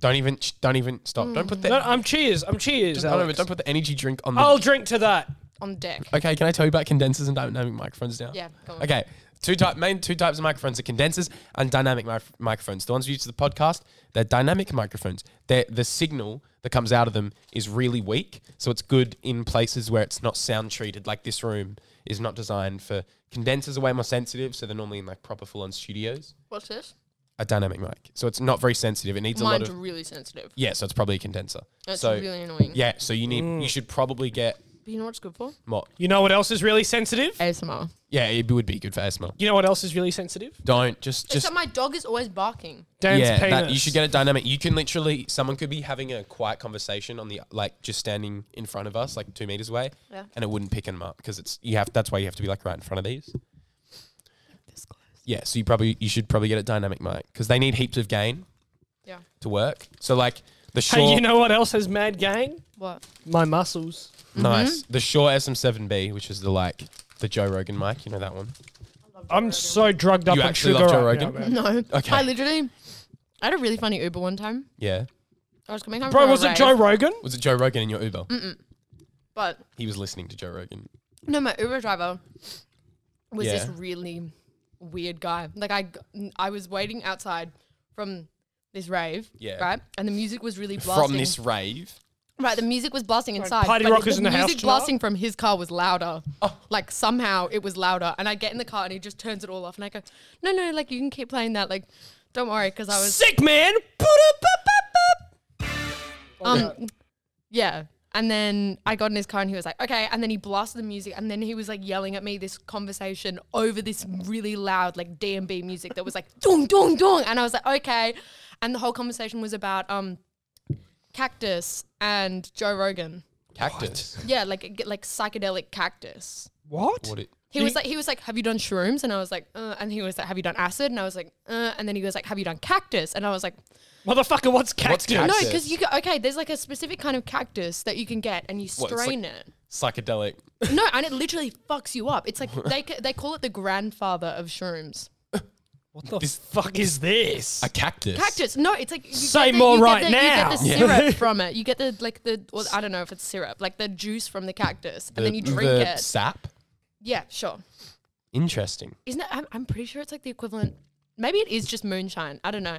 [SPEAKER 2] Don't even. sh- Don't even stop. Don't put the.
[SPEAKER 1] No, I'm cheers. I'm cheers.
[SPEAKER 2] don't,
[SPEAKER 1] Alex.
[SPEAKER 2] don't put the energy drink on the.
[SPEAKER 1] I'll drink to that.
[SPEAKER 3] On deck.
[SPEAKER 2] Okay, can I tell you about condensers and dynamic microphones now?
[SPEAKER 3] Yeah, go on.
[SPEAKER 2] Okay, two type main two types of microphones are condensers and dynamic mi- microphones. The ones we use for the podcast, they're dynamic microphones. They're, the signal that comes out of them is really weak, so it's good in places where it's not sound treated. Like this room is not designed for condensers are way more sensitive, so they're normally in like proper full on studios.
[SPEAKER 3] What's this?
[SPEAKER 2] A dynamic mic, so it's not very sensitive. It needs a lot
[SPEAKER 3] Mine's
[SPEAKER 2] of
[SPEAKER 3] really sensitive.
[SPEAKER 2] yeah, so it's probably a condenser.
[SPEAKER 3] That's
[SPEAKER 2] so
[SPEAKER 3] really annoying.
[SPEAKER 2] yeah, so you need you should probably get
[SPEAKER 3] But you know what's good for?
[SPEAKER 2] what?
[SPEAKER 1] You know what else is really sensitive?
[SPEAKER 3] ASMR.
[SPEAKER 2] Yeah, it would be good for asthma.
[SPEAKER 1] You know what else is really sensitive?
[SPEAKER 2] Don't just just
[SPEAKER 3] Except my dog is always barking.
[SPEAKER 1] Dan's
[SPEAKER 2] yeah.
[SPEAKER 1] penis.
[SPEAKER 2] That, you should get a dynamic. You can literally someone could be having a quiet conversation on the like just standing in front of us, like two meters away,
[SPEAKER 3] Yeah.
[SPEAKER 2] and it wouldn't pick them up because it's you have. That's why you have to be like right in front of these.
[SPEAKER 3] This close.
[SPEAKER 2] Yeah, so you probably you should probably get a dynamic mic because they need heaps of gain
[SPEAKER 3] Yeah.
[SPEAKER 2] to work. So like the Shaw,
[SPEAKER 1] Hey, you know what else has mad gain?
[SPEAKER 3] What?
[SPEAKER 1] My muscles.
[SPEAKER 2] nice the Shaw SM7B, which is the like the Joe Rogan mic. You know that one.
[SPEAKER 1] I'm so drugged up
[SPEAKER 2] You
[SPEAKER 1] on
[SPEAKER 2] actually
[SPEAKER 1] sugar
[SPEAKER 2] love Joe
[SPEAKER 1] right now,
[SPEAKER 2] Rogan?
[SPEAKER 1] man.
[SPEAKER 3] No.
[SPEAKER 2] Okay.
[SPEAKER 3] I literally, I had a really funny Uber one time.
[SPEAKER 2] Yeah,
[SPEAKER 3] I was coming home.
[SPEAKER 1] Bro,
[SPEAKER 3] from a
[SPEAKER 1] was it
[SPEAKER 3] rave,
[SPEAKER 1] Joe Rogan?
[SPEAKER 2] was it Joe Rogan in your Uber?
[SPEAKER 3] But
[SPEAKER 2] He was listening to Joe Rogan.
[SPEAKER 3] no, my Uber driver was this
[SPEAKER 2] Yeah.
[SPEAKER 3] really weird guy. Like I, g- I was waiting outside from this rave.
[SPEAKER 2] Yeah.
[SPEAKER 3] Right. And the music was really blasting.
[SPEAKER 2] From this rave,
[SPEAKER 3] Right, the music was blasting inside.
[SPEAKER 1] party
[SPEAKER 3] but
[SPEAKER 1] rockers in the house Oh.
[SPEAKER 3] music
[SPEAKER 1] tonight?
[SPEAKER 3] blasting from his car was louder. Like somehow it was louder, and I get in the car and he just turns it all off, and I go, "No, no, like you can keep playing that. Like, don't worry, because I was
[SPEAKER 1] Sick man.
[SPEAKER 3] um, yeah." And then I got in his car and he was like, "Okay," and then he blasted the music, and then he was like yelling at me this conversation over this really loud like DMB music that was like dong dong dong, and I was like, "Okay," and the whole conversation was about um, cactus and Joe Rogan.
[SPEAKER 2] cactus.
[SPEAKER 3] Yeah, like like psychedelic cactus.
[SPEAKER 1] What?
[SPEAKER 2] What it?
[SPEAKER 3] He was like, he was like, have you done shrooms? And I was like, uh, and he was like, have you done acid? And I was like, uh, and then he was like, have you done cactus? And I was like,
[SPEAKER 1] Motherfucker, what's cactus?
[SPEAKER 3] no,
[SPEAKER 2] cactus?
[SPEAKER 3] because you go, okay, there's like a specific kind of cactus that you can get, and you
[SPEAKER 2] What, it's like-
[SPEAKER 3] strain it.
[SPEAKER 2] psychedelic.
[SPEAKER 3] No, and it literally fucks you up. It's like they ca- they call it the grandfather of shrooms.
[SPEAKER 1] What the fuck is this?
[SPEAKER 2] A cactus.
[SPEAKER 3] Cactus. No, it's like you
[SPEAKER 1] Say
[SPEAKER 3] get the-
[SPEAKER 1] more
[SPEAKER 3] you get
[SPEAKER 1] right
[SPEAKER 3] the-
[SPEAKER 1] now.
[SPEAKER 3] You get the
[SPEAKER 2] Yeah.
[SPEAKER 3] syrup from it. You get the like the or I don't know if it's syrup, like the juice from the cactus, and then you drink
[SPEAKER 2] the
[SPEAKER 3] it.
[SPEAKER 2] Sap.
[SPEAKER 3] yeah, sure.
[SPEAKER 2] Interesting.
[SPEAKER 3] Isn't it? I'm, I'm pretty sure it's like the equivalent. Maybe it is just moonshine. I don't know.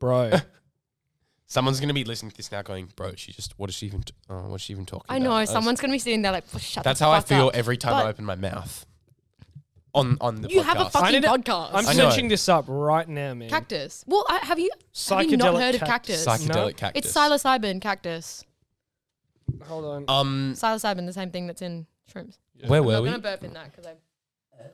[SPEAKER 1] Bro.
[SPEAKER 2] Someone's gonna be listening to this now, going, "Bro, she just. What is she even? T- oh, what's she even talking?"
[SPEAKER 3] I
[SPEAKER 2] about?
[SPEAKER 3] know
[SPEAKER 2] That's-
[SPEAKER 3] someone's gonna be sitting there like, "Well, shut.
[SPEAKER 2] That's
[SPEAKER 3] the
[SPEAKER 2] how I
[SPEAKER 3] fuck
[SPEAKER 2] feel
[SPEAKER 3] up."
[SPEAKER 2] every time I
[SPEAKER 3] But
[SPEAKER 2] open my mouth. On on the
[SPEAKER 3] You
[SPEAKER 2] podcast.
[SPEAKER 3] have a
[SPEAKER 1] I
[SPEAKER 3] fucking
[SPEAKER 1] need to-
[SPEAKER 3] podcast.
[SPEAKER 1] I'm
[SPEAKER 2] I know.
[SPEAKER 1] searching this up right now, man.
[SPEAKER 3] cactus. Well, I, have you have you not
[SPEAKER 1] Psychedelic
[SPEAKER 3] heard of
[SPEAKER 1] cactus.
[SPEAKER 3] cactus?
[SPEAKER 2] psychedelic
[SPEAKER 1] No.
[SPEAKER 2] cactus.
[SPEAKER 3] It's psilocybin cactus.
[SPEAKER 1] Hold on.
[SPEAKER 2] Um,
[SPEAKER 3] Psilocybin, the same thing that's in shrooms.
[SPEAKER 2] where
[SPEAKER 3] I'm
[SPEAKER 2] were
[SPEAKER 3] not
[SPEAKER 2] we?
[SPEAKER 3] gonna burp in that because I,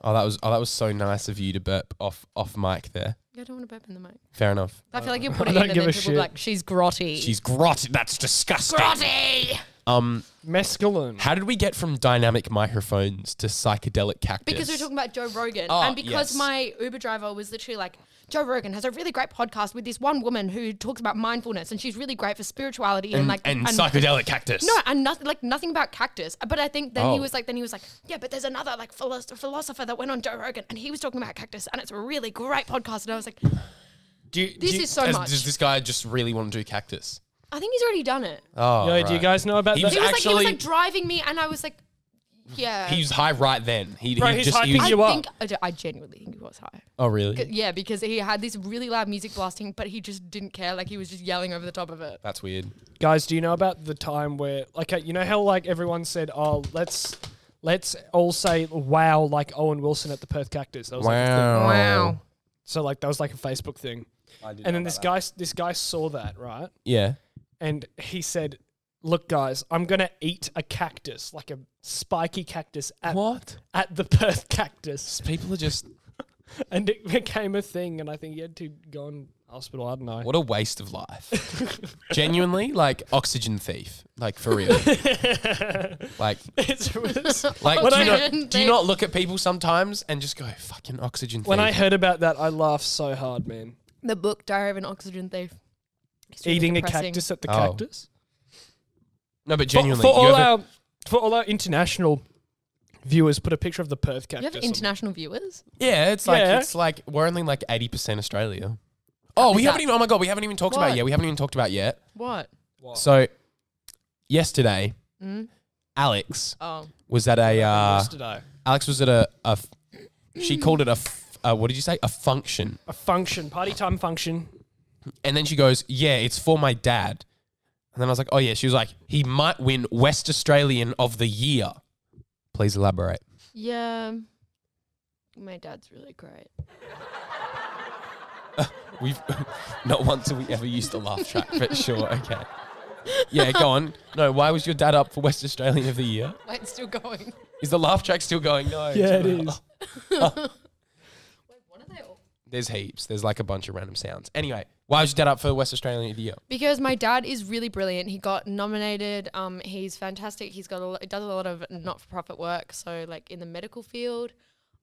[SPEAKER 2] Oh, that was oh, that was so nice of you to burp off off mic there.
[SPEAKER 3] I don't want to burp in the mic.
[SPEAKER 2] Fair enough.
[SPEAKER 3] I feel like you put
[SPEAKER 1] I
[SPEAKER 3] it in
[SPEAKER 1] don't
[SPEAKER 3] and then
[SPEAKER 1] give a
[SPEAKER 3] people will
[SPEAKER 1] shit.
[SPEAKER 3] be like, "She's grotty."
[SPEAKER 2] She's grotty. That's disgusting.
[SPEAKER 3] grotty.
[SPEAKER 2] Um,
[SPEAKER 1] Mescaline.
[SPEAKER 2] how did we get from dynamic microphones to psychedelic cactus?
[SPEAKER 3] Because we're talking about Joe Rogan,
[SPEAKER 2] Oh,
[SPEAKER 3] and because
[SPEAKER 2] yes.
[SPEAKER 3] my Uber driver was literally like, Joe Rogan has a really great podcast with this one woman who talks about mindfulness, and she's really great for spirituality and,
[SPEAKER 2] and,
[SPEAKER 3] like
[SPEAKER 2] and psychedelic cactus.
[SPEAKER 3] No, and nothing like nothing about cactus. But I think then
[SPEAKER 2] Oh.
[SPEAKER 3] he was like, then he was like, yeah, but there's another like philosopher, philosopher that went on Joe Rogan, and he was talking about cactus, and it's a really great podcast. And I was like,
[SPEAKER 2] Do you,
[SPEAKER 3] This
[SPEAKER 2] do you-
[SPEAKER 3] is so
[SPEAKER 2] as-
[SPEAKER 3] much.
[SPEAKER 2] Does this guy just really want to do cactus?
[SPEAKER 3] I think he's already done it.
[SPEAKER 2] Oh,
[SPEAKER 1] Yo, do you
[SPEAKER 2] right.
[SPEAKER 1] guys know about
[SPEAKER 2] He
[SPEAKER 1] that?
[SPEAKER 2] was
[SPEAKER 3] He was like he was
[SPEAKER 2] Actually-
[SPEAKER 3] like driving me, and I was like, yeah.
[SPEAKER 2] He was high right then. He,
[SPEAKER 1] Bro,
[SPEAKER 2] he
[SPEAKER 1] he's
[SPEAKER 2] just. He
[SPEAKER 1] hyping
[SPEAKER 2] was,
[SPEAKER 3] I
[SPEAKER 1] you up.
[SPEAKER 3] think I, d- I genuinely think he was high.
[SPEAKER 2] oh really?
[SPEAKER 3] Yeah, because he had this really loud music blasting, but he just didn't care. Like he was just yelling over the top of it.
[SPEAKER 2] That's weird.
[SPEAKER 1] Guys, do you know about the time where, like, uh, you know how like everyone said, "Oh, let's let's all say wow," like Owen Wilson at the Perth Cactus. That was like, a thing.
[SPEAKER 3] Wow.
[SPEAKER 1] so like that was like a Facebook thing. And then this guy, this guy saw that right,
[SPEAKER 2] Yeah.
[SPEAKER 1] and he said, "Look, guys, I'm gonna eat a cactus, like a spiky cactus at
[SPEAKER 2] What?
[SPEAKER 1] at the Perth Cactus,"
[SPEAKER 2] People are just.
[SPEAKER 1] and it became a thing. And I think he had to go in hospital. I don't know.
[SPEAKER 2] What a waste of life. Genuinely, like oxygen thief. Like for real. like,
[SPEAKER 1] It's- it's-
[SPEAKER 2] like.
[SPEAKER 3] When
[SPEAKER 2] do,
[SPEAKER 3] I-
[SPEAKER 2] you not, do you
[SPEAKER 3] They-
[SPEAKER 2] not look at people sometimes and just go fucking oxygen
[SPEAKER 1] when
[SPEAKER 2] thief?
[SPEAKER 1] I heard about that, I laughed so hard, man.
[SPEAKER 3] The book Diary of an Oxygen Thief. It's really
[SPEAKER 1] Eating
[SPEAKER 3] depressing.
[SPEAKER 1] a cactus at the
[SPEAKER 2] Oh.
[SPEAKER 1] cactus.
[SPEAKER 2] no, but
[SPEAKER 1] For-
[SPEAKER 2] genuinely,
[SPEAKER 1] for,
[SPEAKER 2] you
[SPEAKER 1] all
[SPEAKER 2] ever-
[SPEAKER 1] our for all our international viewers, put a picture of the Perth
[SPEAKER 3] You have
[SPEAKER 1] cactus. on-
[SPEAKER 3] international viewers?
[SPEAKER 2] yeah, it's like
[SPEAKER 1] Yeah.
[SPEAKER 2] it's like we're only like eighty percent Australia. Oh, we
[SPEAKER 3] Is
[SPEAKER 2] haven't
[SPEAKER 3] that-
[SPEAKER 2] even. Oh my god, we haven't even talked about
[SPEAKER 3] What?
[SPEAKER 2] it yet. We haven't even talked about it yet.
[SPEAKER 3] What?
[SPEAKER 1] Wow.
[SPEAKER 2] So, yesterday,
[SPEAKER 3] Mm?
[SPEAKER 2] Alex
[SPEAKER 3] Oh.
[SPEAKER 2] was at a. Uh,
[SPEAKER 1] yesterday.
[SPEAKER 2] Alex was at a. a f- she called it a. f- Uh, what did you say? A function.
[SPEAKER 1] A function, party time function.
[SPEAKER 2] And then she goes, "Yeah, it's for my dad." And then I was like, "Oh yeah." She was like, "He might win West Australian of the Year." Please elaborate.
[SPEAKER 3] Yeah. My dad's really great.
[SPEAKER 2] We've not once have we ever used a laugh track, but sure, okay. Yeah, go on. No, why was your dad up for West Australian of the Year?
[SPEAKER 3] Wait, it's still going.
[SPEAKER 2] Is the laugh track still going? No.
[SPEAKER 1] Yeah, it
[SPEAKER 2] it's not.
[SPEAKER 1] is.
[SPEAKER 3] Wait, what are they all?
[SPEAKER 2] There's heaps. There's like a bunch of random sounds. Anyway, why was your dad up for West Australian of the Year?
[SPEAKER 3] Because my dad is really brilliant. He got nominated. Um, he's fantastic. He's got a lot, does a lot of not-for-profit work. So like in the medical field.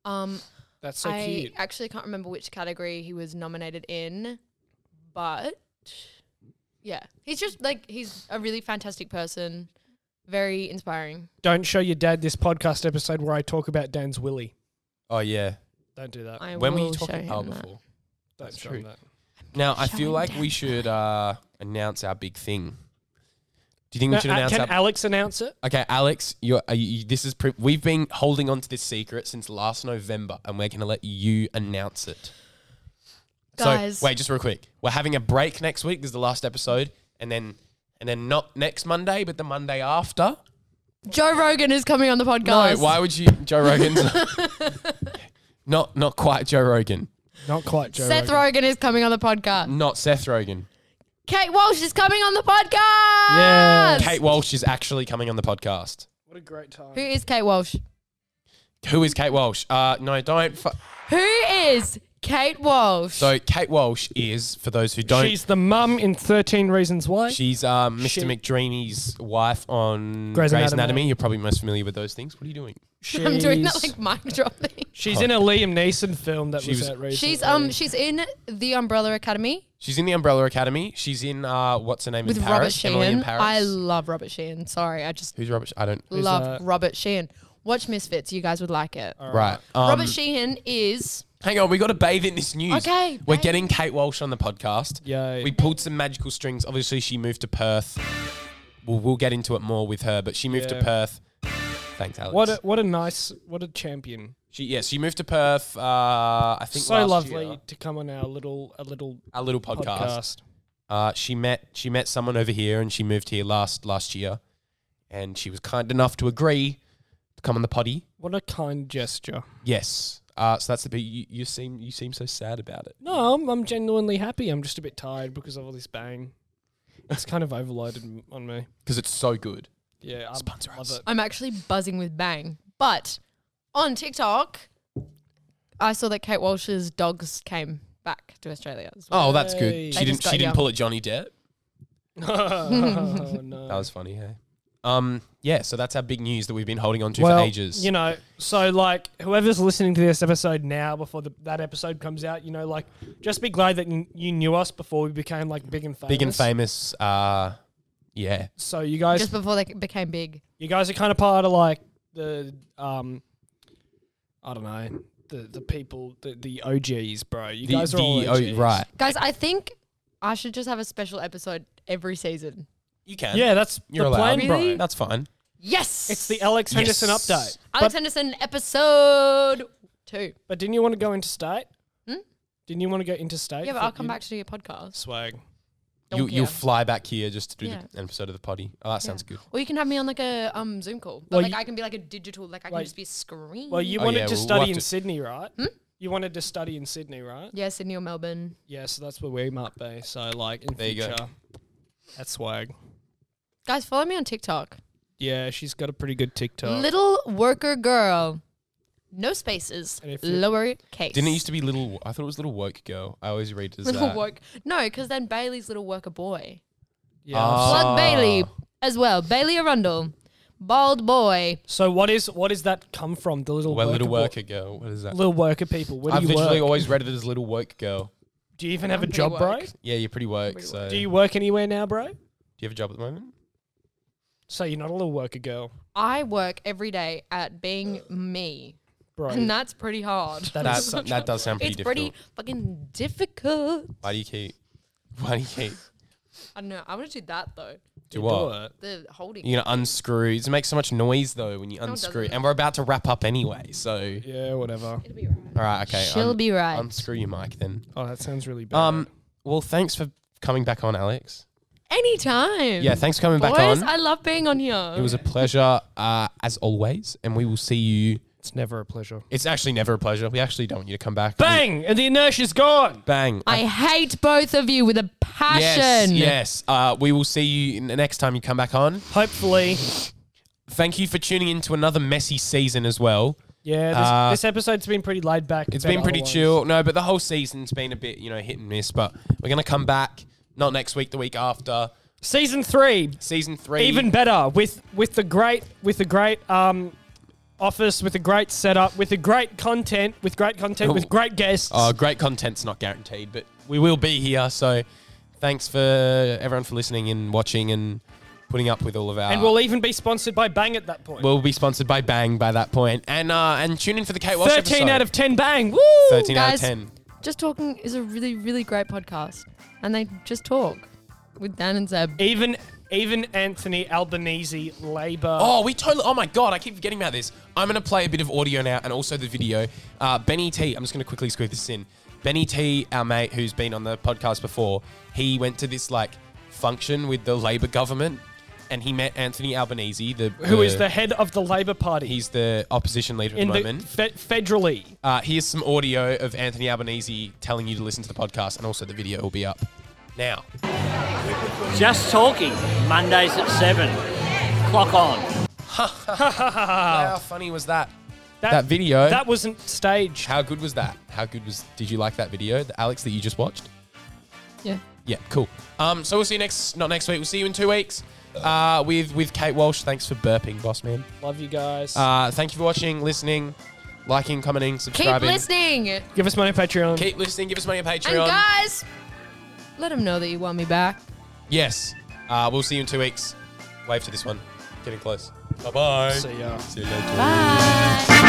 [SPEAKER 3] Um,
[SPEAKER 1] That's so
[SPEAKER 3] I
[SPEAKER 1] cute.
[SPEAKER 3] actually can't remember which category he was nominated in, but yeah, he's just like he's a really fantastic person, very inspiring.
[SPEAKER 1] Don't show your dad this podcast episode where I talk about Dan's willy.
[SPEAKER 2] Oh yeah.
[SPEAKER 1] Don't do that.
[SPEAKER 3] I
[SPEAKER 2] when were
[SPEAKER 3] will
[SPEAKER 2] you
[SPEAKER 3] show
[SPEAKER 2] talking?
[SPEAKER 3] him
[SPEAKER 2] Oh,
[SPEAKER 3] that.
[SPEAKER 2] before.
[SPEAKER 1] Don't
[SPEAKER 2] That's
[SPEAKER 1] show
[SPEAKER 2] true.
[SPEAKER 1] him that.
[SPEAKER 2] Now I
[SPEAKER 3] Show
[SPEAKER 2] feel
[SPEAKER 3] him
[SPEAKER 2] like we
[SPEAKER 3] down.
[SPEAKER 2] should uh, announce our big thing. Do you think
[SPEAKER 1] No,
[SPEAKER 2] we should
[SPEAKER 1] uh,
[SPEAKER 2] announce
[SPEAKER 1] can
[SPEAKER 2] our?
[SPEAKER 1] Alex announce it?
[SPEAKER 2] okay, Alex, you're, are you, you- this is pre- we've been holding on to this secret since last November, and we're going to let you announce it.
[SPEAKER 3] Guys.
[SPEAKER 2] so wait, just real quick. We're having a break next week. This is the last episode, and then and then not next Monday, but the Monday after.
[SPEAKER 3] Joe Rogan is coming on the podcast.
[SPEAKER 2] No, why would you, Joe Rogan's not not quite Joe Rogan,
[SPEAKER 1] Not quite, Joe.
[SPEAKER 3] Seth
[SPEAKER 1] Rogan.
[SPEAKER 3] Rogan is coming on the podcast.
[SPEAKER 2] not Seth Rogan.
[SPEAKER 3] Kate Walsh is coming on the podcast.
[SPEAKER 1] Yes.
[SPEAKER 2] Kate Walsh is actually coming on the podcast.
[SPEAKER 1] What a great time.
[SPEAKER 3] Who is Kate Walsh?
[SPEAKER 2] Who is Kate Walsh? Uh, no, don't. Fu-
[SPEAKER 3] Who is Kate Walsh?
[SPEAKER 2] so Kate Walsh is, for those who don't, she's,
[SPEAKER 1] She's the mum in 13 Reasons Why.
[SPEAKER 2] um, Mr.
[SPEAKER 1] She-
[SPEAKER 2] McDreamy's wife on
[SPEAKER 1] Grey's
[SPEAKER 2] Grey's,
[SPEAKER 1] Anatomy.
[SPEAKER 2] Anatomy. You're probably most familiar with those things. What are you doing?
[SPEAKER 1] She's,
[SPEAKER 3] I'm doing that like mic dropping.
[SPEAKER 1] she's in a Liam Neeson film that
[SPEAKER 2] She
[SPEAKER 1] was,
[SPEAKER 2] was-
[SPEAKER 1] out recently.
[SPEAKER 3] She's um she's in the Umbrella Academy
[SPEAKER 2] She's in the Umbrella Academy. She's in uh, what's her name
[SPEAKER 3] with
[SPEAKER 2] in
[SPEAKER 3] Robert
[SPEAKER 2] Paris? Emily in
[SPEAKER 3] Sheehan.
[SPEAKER 2] Paris.
[SPEAKER 3] I love Robert Sheehan. Sorry, I just
[SPEAKER 2] Who's Robert? Sh- I don't.
[SPEAKER 3] love
[SPEAKER 1] that?
[SPEAKER 3] Robert Sheehan. Watch Misfits, you guys would like it.
[SPEAKER 2] Right. Um,
[SPEAKER 3] Robert Sheehan is
[SPEAKER 2] Hang on, we got to bathe in this news.
[SPEAKER 3] Okay,
[SPEAKER 2] We're
[SPEAKER 3] bathe.
[SPEAKER 2] getting Kate Walsh on the podcast.
[SPEAKER 1] Yay.
[SPEAKER 2] We pulled some magical strings. Obviously, she moved to Perth. We'll, we'll get into it more with her, but she moved
[SPEAKER 1] Yeah.
[SPEAKER 2] to Perth. Thanks, Alex.
[SPEAKER 1] What a, what a nice, what a champion.
[SPEAKER 2] she, yeah, she moved to Perth. Uh, I think
[SPEAKER 1] So
[SPEAKER 2] last
[SPEAKER 1] lovely
[SPEAKER 2] year.
[SPEAKER 1] to come on our little, a little
[SPEAKER 2] Our little
[SPEAKER 1] podcast.
[SPEAKER 2] podcast. Uh, she met she met someone over here, and she moved here last last year, and she was kind enough to agree to come on the potty.
[SPEAKER 1] What a kind gesture.
[SPEAKER 2] Yes. Uh, so that's the bit you, you seem you seem so sad about it.
[SPEAKER 1] No, I'm, I'm genuinely happy. I'm just a bit tired because of all this bang. It's kind of overloaded m- on me.
[SPEAKER 2] because it's so good.
[SPEAKER 1] Yeah, I
[SPEAKER 2] Sponsor
[SPEAKER 1] love
[SPEAKER 2] us.
[SPEAKER 1] it.
[SPEAKER 3] I'm actually buzzing with bang. But on TikTok, I saw that Kate Walsh's dogs came back to Australia as well.
[SPEAKER 2] Oh, that's good.
[SPEAKER 1] Yay.
[SPEAKER 2] She
[SPEAKER 3] They
[SPEAKER 2] didn't.
[SPEAKER 3] just got
[SPEAKER 2] She didn't
[SPEAKER 3] young.
[SPEAKER 2] pull at Johnny Depp.
[SPEAKER 1] oh, no.
[SPEAKER 2] That was funny. Hey. Um. Yeah. So that's our big news that we've been holding on to for ages.
[SPEAKER 1] You know, so like whoever's listening to this episode now before the, that episode comes out, you know, like just be glad that n- you knew us before we became like big and famous.
[SPEAKER 2] big and famous. Uh. Yeah.
[SPEAKER 1] So you guys,
[SPEAKER 3] Just before they became big.
[SPEAKER 1] you guys are kind of part of like the um, I don't know, the the people, the the OGs, bro. You guys are all
[SPEAKER 2] oh,
[SPEAKER 1] OGs.
[SPEAKER 2] right.
[SPEAKER 3] Guys, I think I should just have a special episode every season.
[SPEAKER 2] You can.
[SPEAKER 1] Yeah, that's
[SPEAKER 2] You're
[SPEAKER 1] the
[SPEAKER 2] allowed.
[SPEAKER 1] plan, bro.
[SPEAKER 3] Really?
[SPEAKER 2] That's fine.
[SPEAKER 3] Yes.
[SPEAKER 1] It's the Alex
[SPEAKER 2] Yes.
[SPEAKER 1] Henderson update.
[SPEAKER 3] Alex
[SPEAKER 1] But,
[SPEAKER 3] Henderson episode two.
[SPEAKER 1] but didn't you want to go interstate? Didn't you want to go interstate?
[SPEAKER 3] Hmm? Yeah, but
[SPEAKER 1] for-
[SPEAKER 3] I'll come back to your podcast.
[SPEAKER 1] Swag.
[SPEAKER 3] Don't
[SPEAKER 2] you
[SPEAKER 3] care.
[SPEAKER 2] you'll fly back here just to do
[SPEAKER 3] Yeah.
[SPEAKER 2] the episode of the potty. Oh, that sounds good.
[SPEAKER 3] Or you can have me on like a um Zoom call. But
[SPEAKER 1] Well,
[SPEAKER 3] like
[SPEAKER 1] you-
[SPEAKER 3] I can be like a digital, like I can
[SPEAKER 1] Well,
[SPEAKER 3] just be a screen.
[SPEAKER 1] Well, you
[SPEAKER 2] Oh,
[SPEAKER 1] wanted
[SPEAKER 2] yeah,
[SPEAKER 1] to
[SPEAKER 2] we'll
[SPEAKER 1] study
[SPEAKER 2] have
[SPEAKER 1] in
[SPEAKER 2] to-
[SPEAKER 1] Sydney, right?
[SPEAKER 3] Hmm?
[SPEAKER 1] You wanted to study in Sydney, right?
[SPEAKER 3] Yeah, Sydney or Melbourne.
[SPEAKER 1] Yeah, so that's where we might be. So, like, in
[SPEAKER 2] There you go.
[SPEAKER 1] future, that's swag.
[SPEAKER 3] Guys, follow me on TikTok.
[SPEAKER 1] Yeah, she's got a pretty good TikTok.
[SPEAKER 3] Little worker girl. No spaces.
[SPEAKER 1] And if you-
[SPEAKER 3] Lower case.
[SPEAKER 2] Didn't it used to be little? I thought it was little woke girl. I always read it as
[SPEAKER 3] little
[SPEAKER 2] that.
[SPEAKER 3] work. No, because then Bailey's little worker boy.
[SPEAKER 1] yeah.
[SPEAKER 2] Ah.
[SPEAKER 3] Plug Bailey as well. Bailey Arundel. Bald boy.
[SPEAKER 1] So, what is what does that come from? The little
[SPEAKER 2] Well,
[SPEAKER 1] worker
[SPEAKER 2] little
[SPEAKER 1] bo-
[SPEAKER 2] worker girl. What is that?
[SPEAKER 1] little worker people. Where
[SPEAKER 2] I've
[SPEAKER 1] do you
[SPEAKER 2] literally
[SPEAKER 1] work?
[SPEAKER 2] always read it as little woke girl.
[SPEAKER 1] do you even have a
[SPEAKER 3] Company
[SPEAKER 1] job, bro?
[SPEAKER 3] work.
[SPEAKER 2] Yeah, you're pretty woke.
[SPEAKER 3] Pretty
[SPEAKER 2] so
[SPEAKER 1] Do you work anywhere now, bro?
[SPEAKER 2] do you have a job at the moment?
[SPEAKER 1] So you're not a little worker girl,
[SPEAKER 3] I work every day at being me.
[SPEAKER 1] bro.
[SPEAKER 3] And that's pretty hard.
[SPEAKER 1] That
[SPEAKER 2] That
[SPEAKER 1] is so-
[SPEAKER 2] that does sound pretty
[SPEAKER 3] it's
[SPEAKER 2] difficult.
[SPEAKER 3] pretty fucking difficult.
[SPEAKER 2] Why do you keep? Why do you keep?
[SPEAKER 3] I don't know. I want to do that though.
[SPEAKER 2] Do
[SPEAKER 1] You
[SPEAKER 2] what?
[SPEAKER 1] do it.
[SPEAKER 3] The holding.
[SPEAKER 2] You're gonna unscrew. It makes so much noise though when you
[SPEAKER 3] it
[SPEAKER 2] unscrew.
[SPEAKER 3] doesn't.
[SPEAKER 2] And we're about to wrap up anyway. So
[SPEAKER 1] Yeah, whatever.
[SPEAKER 3] It'll be right.
[SPEAKER 2] all right, okay.
[SPEAKER 3] She'll
[SPEAKER 2] un-
[SPEAKER 3] be right.
[SPEAKER 2] Unscrew your mic then.
[SPEAKER 1] Oh, that sounds really bad.
[SPEAKER 2] Um. Well, thanks for coming back on, Alex.
[SPEAKER 3] Anytime.
[SPEAKER 2] Yeah, thanks for coming
[SPEAKER 3] Mm. Boys,
[SPEAKER 2] back on.
[SPEAKER 3] I love being on here.
[SPEAKER 2] It was a pleasure, uh, as always, and we will see you.
[SPEAKER 1] it's never a pleasure.
[SPEAKER 2] It's actually never a pleasure. We actually don't want you to come back.
[SPEAKER 1] Bang! And the inertia's gone.
[SPEAKER 2] Bang! Uh,
[SPEAKER 3] I hate both of you with a
[SPEAKER 2] yes,
[SPEAKER 3] passion.
[SPEAKER 2] yes. Uh, we will see you n- next time you come back on.
[SPEAKER 1] Hopefully.
[SPEAKER 2] Thank you for tuning in to another messy season as well.
[SPEAKER 1] Yeah, this,
[SPEAKER 2] Uh,
[SPEAKER 1] this episode's been pretty laid back.
[SPEAKER 2] It's
[SPEAKER 1] It's
[SPEAKER 2] been pretty chill. No, but the whole season's been a bit, you know, hit and miss. But we're gonna come back. Not next week, the week after.
[SPEAKER 1] Season three,
[SPEAKER 2] Season three.
[SPEAKER 1] even better with with the great with the great um office, with a great setup, with the great content, with great content,
[SPEAKER 2] Oh.
[SPEAKER 1] with great guests.
[SPEAKER 2] Uh, great content's not guaranteed, but we will be here. So thanks for everyone for listening and watching and putting up with all of our.
[SPEAKER 1] and we'll even be sponsored by Bang at that point.
[SPEAKER 2] We'll be sponsored by Bang by that point. And uh, and tune in for the Kate Walsh
[SPEAKER 1] Thirteen
[SPEAKER 2] episode.
[SPEAKER 1] out of ten, Bang! Woo!
[SPEAKER 2] 13 out of
[SPEAKER 3] Guys.
[SPEAKER 2] 10.
[SPEAKER 3] Just Talking is a really, really great podcast. And they just talk with Dan and Zeb.
[SPEAKER 1] Even even Anthony Albanese Labour.
[SPEAKER 2] Oh, we totally. Oh my God, I keep forgetting about this. I'm going to play a bit of audio now and also the video. Uh, Benny T, I'm just going to quickly squeeze this in. Benny T, our mate who's been on the podcast before, he went to this like function with the Labour government and he met Anthony Albanese, the.
[SPEAKER 1] who is the head of the Labour Party?
[SPEAKER 2] He's the opposition leader at
[SPEAKER 1] in
[SPEAKER 2] the
[SPEAKER 1] the,
[SPEAKER 2] moment.
[SPEAKER 1] fe- federally.
[SPEAKER 2] Uh, here's some audio of Anthony Albanese telling you to listen to the podcast, and also the video will be up now.
[SPEAKER 4] Just talking. Mondays at seven. Clock on.
[SPEAKER 2] How funny was that?
[SPEAKER 1] That,
[SPEAKER 2] That video.
[SPEAKER 1] That wasn't staged.
[SPEAKER 2] How good was that? How good was? Did you like that video, the Alex, that you just watched?
[SPEAKER 3] Yeah.
[SPEAKER 2] Yeah, cool. Um, so we'll see you next, not next week. We'll see you in two weeks. Uh, with with Kate Walsh. Thanks for burping, boss man.
[SPEAKER 1] Love you guys.
[SPEAKER 2] Uh, thank you for watching, listening, liking, commenting,
[SPEAKER 3] Keep
[SPEAKER 2] subscribing.
[SPEAKER 3] listening. And
[SPEAKER 1] Give us money on Patreon.
[SPEAKER 2] Keep listening. Give us money on Patreon.
[SPEAKER 3] guys, let them know that you want me back.
[SPEAKER 2] yes. Uh, we'll see you in two weeks. Wave to this one. Getting close. Bye bye.
[SPEAKER 1] See ya.
[SPEAKER 2] See you later.
[SPEAKER 3] Bye.